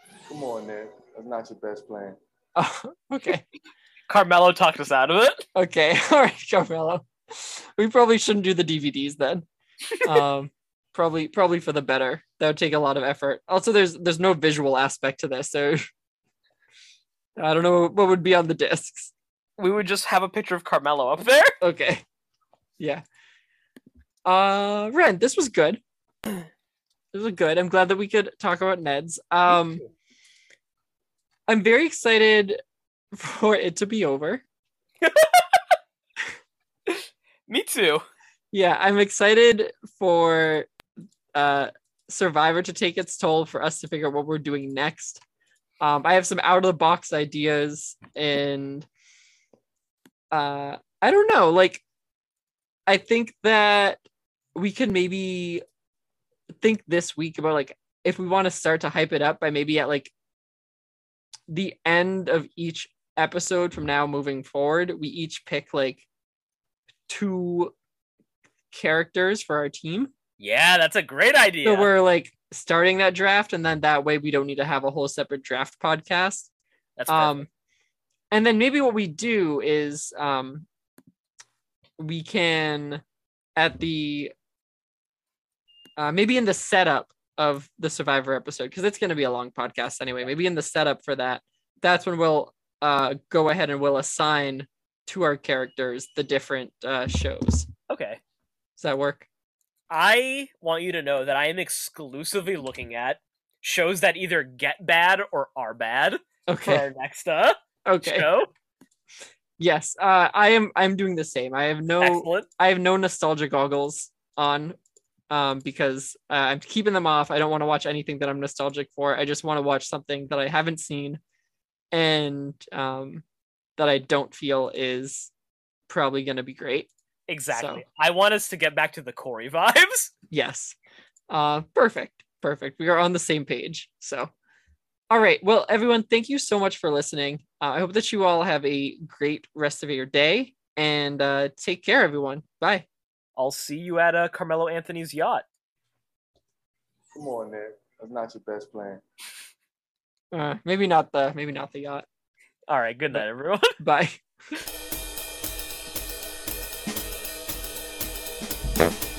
A: [LAUGHS]
E: Come on, Ned. That's not your best plan.
A: Oh, okay.
B: Carmelo talked us out of it.
A: Okay. [LAUGHS] All right, Carmelo. We probably shouldn't do the DVDs then. Um. probably, probably for the better. That would take a lot of effort. Also, there's there's no visual aspect to this, so [LAUGHS] I don't know what would be on the discs.
B: We would just have a picture of Carmelo up there. [LAUGHS]
A: Okay. Yeah. Uh Ren, this was good. This was good. I'm glad that we could talk about Ned's. Um I'm very excited [LAUGHS] for it to be over.
B: Me too.
A: Yeah, I'm excited for uh Survivor to take its toll for us to figure out what we're doing next. Um I have some out of the box ideas and uh I don't know, like I think that we can maybe think this week about like if we want to start to hype it up by maybe at like the end of each episode from now moving forward, we each pick like two characters for our team.
B: Yeah, that's a great idea.
A: So we're like starting that draft, and then that way we don't need to have a whole separate draft podcast.
B: that's
A: Um, and then maybe what we do is um, we can at the uh, maybe in the setup of the Survivor episode because it's going to be a long podcast anyway. Maybe in the setup for that, that's when we'll uh, go ahead and we'll assign to our characters the different uh, shows.
B: okay.
A: Does that work?
B: I want you to know that I am exclusively looking at shows that either get bad or are bad for
A: Okay.
B: our next uh,
A: Okay.
B: show.
A: Yes, uh, I am. I'm doing the same. I have no.
F: Excellent.
A: I have no nostalgia goggles on, um, because uh, I'm keeping them off. I don't want to watch anything that I'm nostalgic for. I just want to watch something that I haven't seen, and um, that I don't feel is probably going to be great.
B: Exactly. I want us to get back to the Corey [LAUGHS] vibes.
A: Yes. Uh, perfect. Perfect. We are on the same page. So, all right. Well, everyone, thank you so much for listening. Uh, I hope that you all have a great rest of your day and uh, take care, everyone. Bye.
B: I'll see you at uh, Carmelo Anthony's yacht.
D: Come on, Nick. That's not your best plan.
A: Uh, maybe not the maybe not the yacht.
B: All right. Good night, everyone.
A: Bye. [LAUGHS]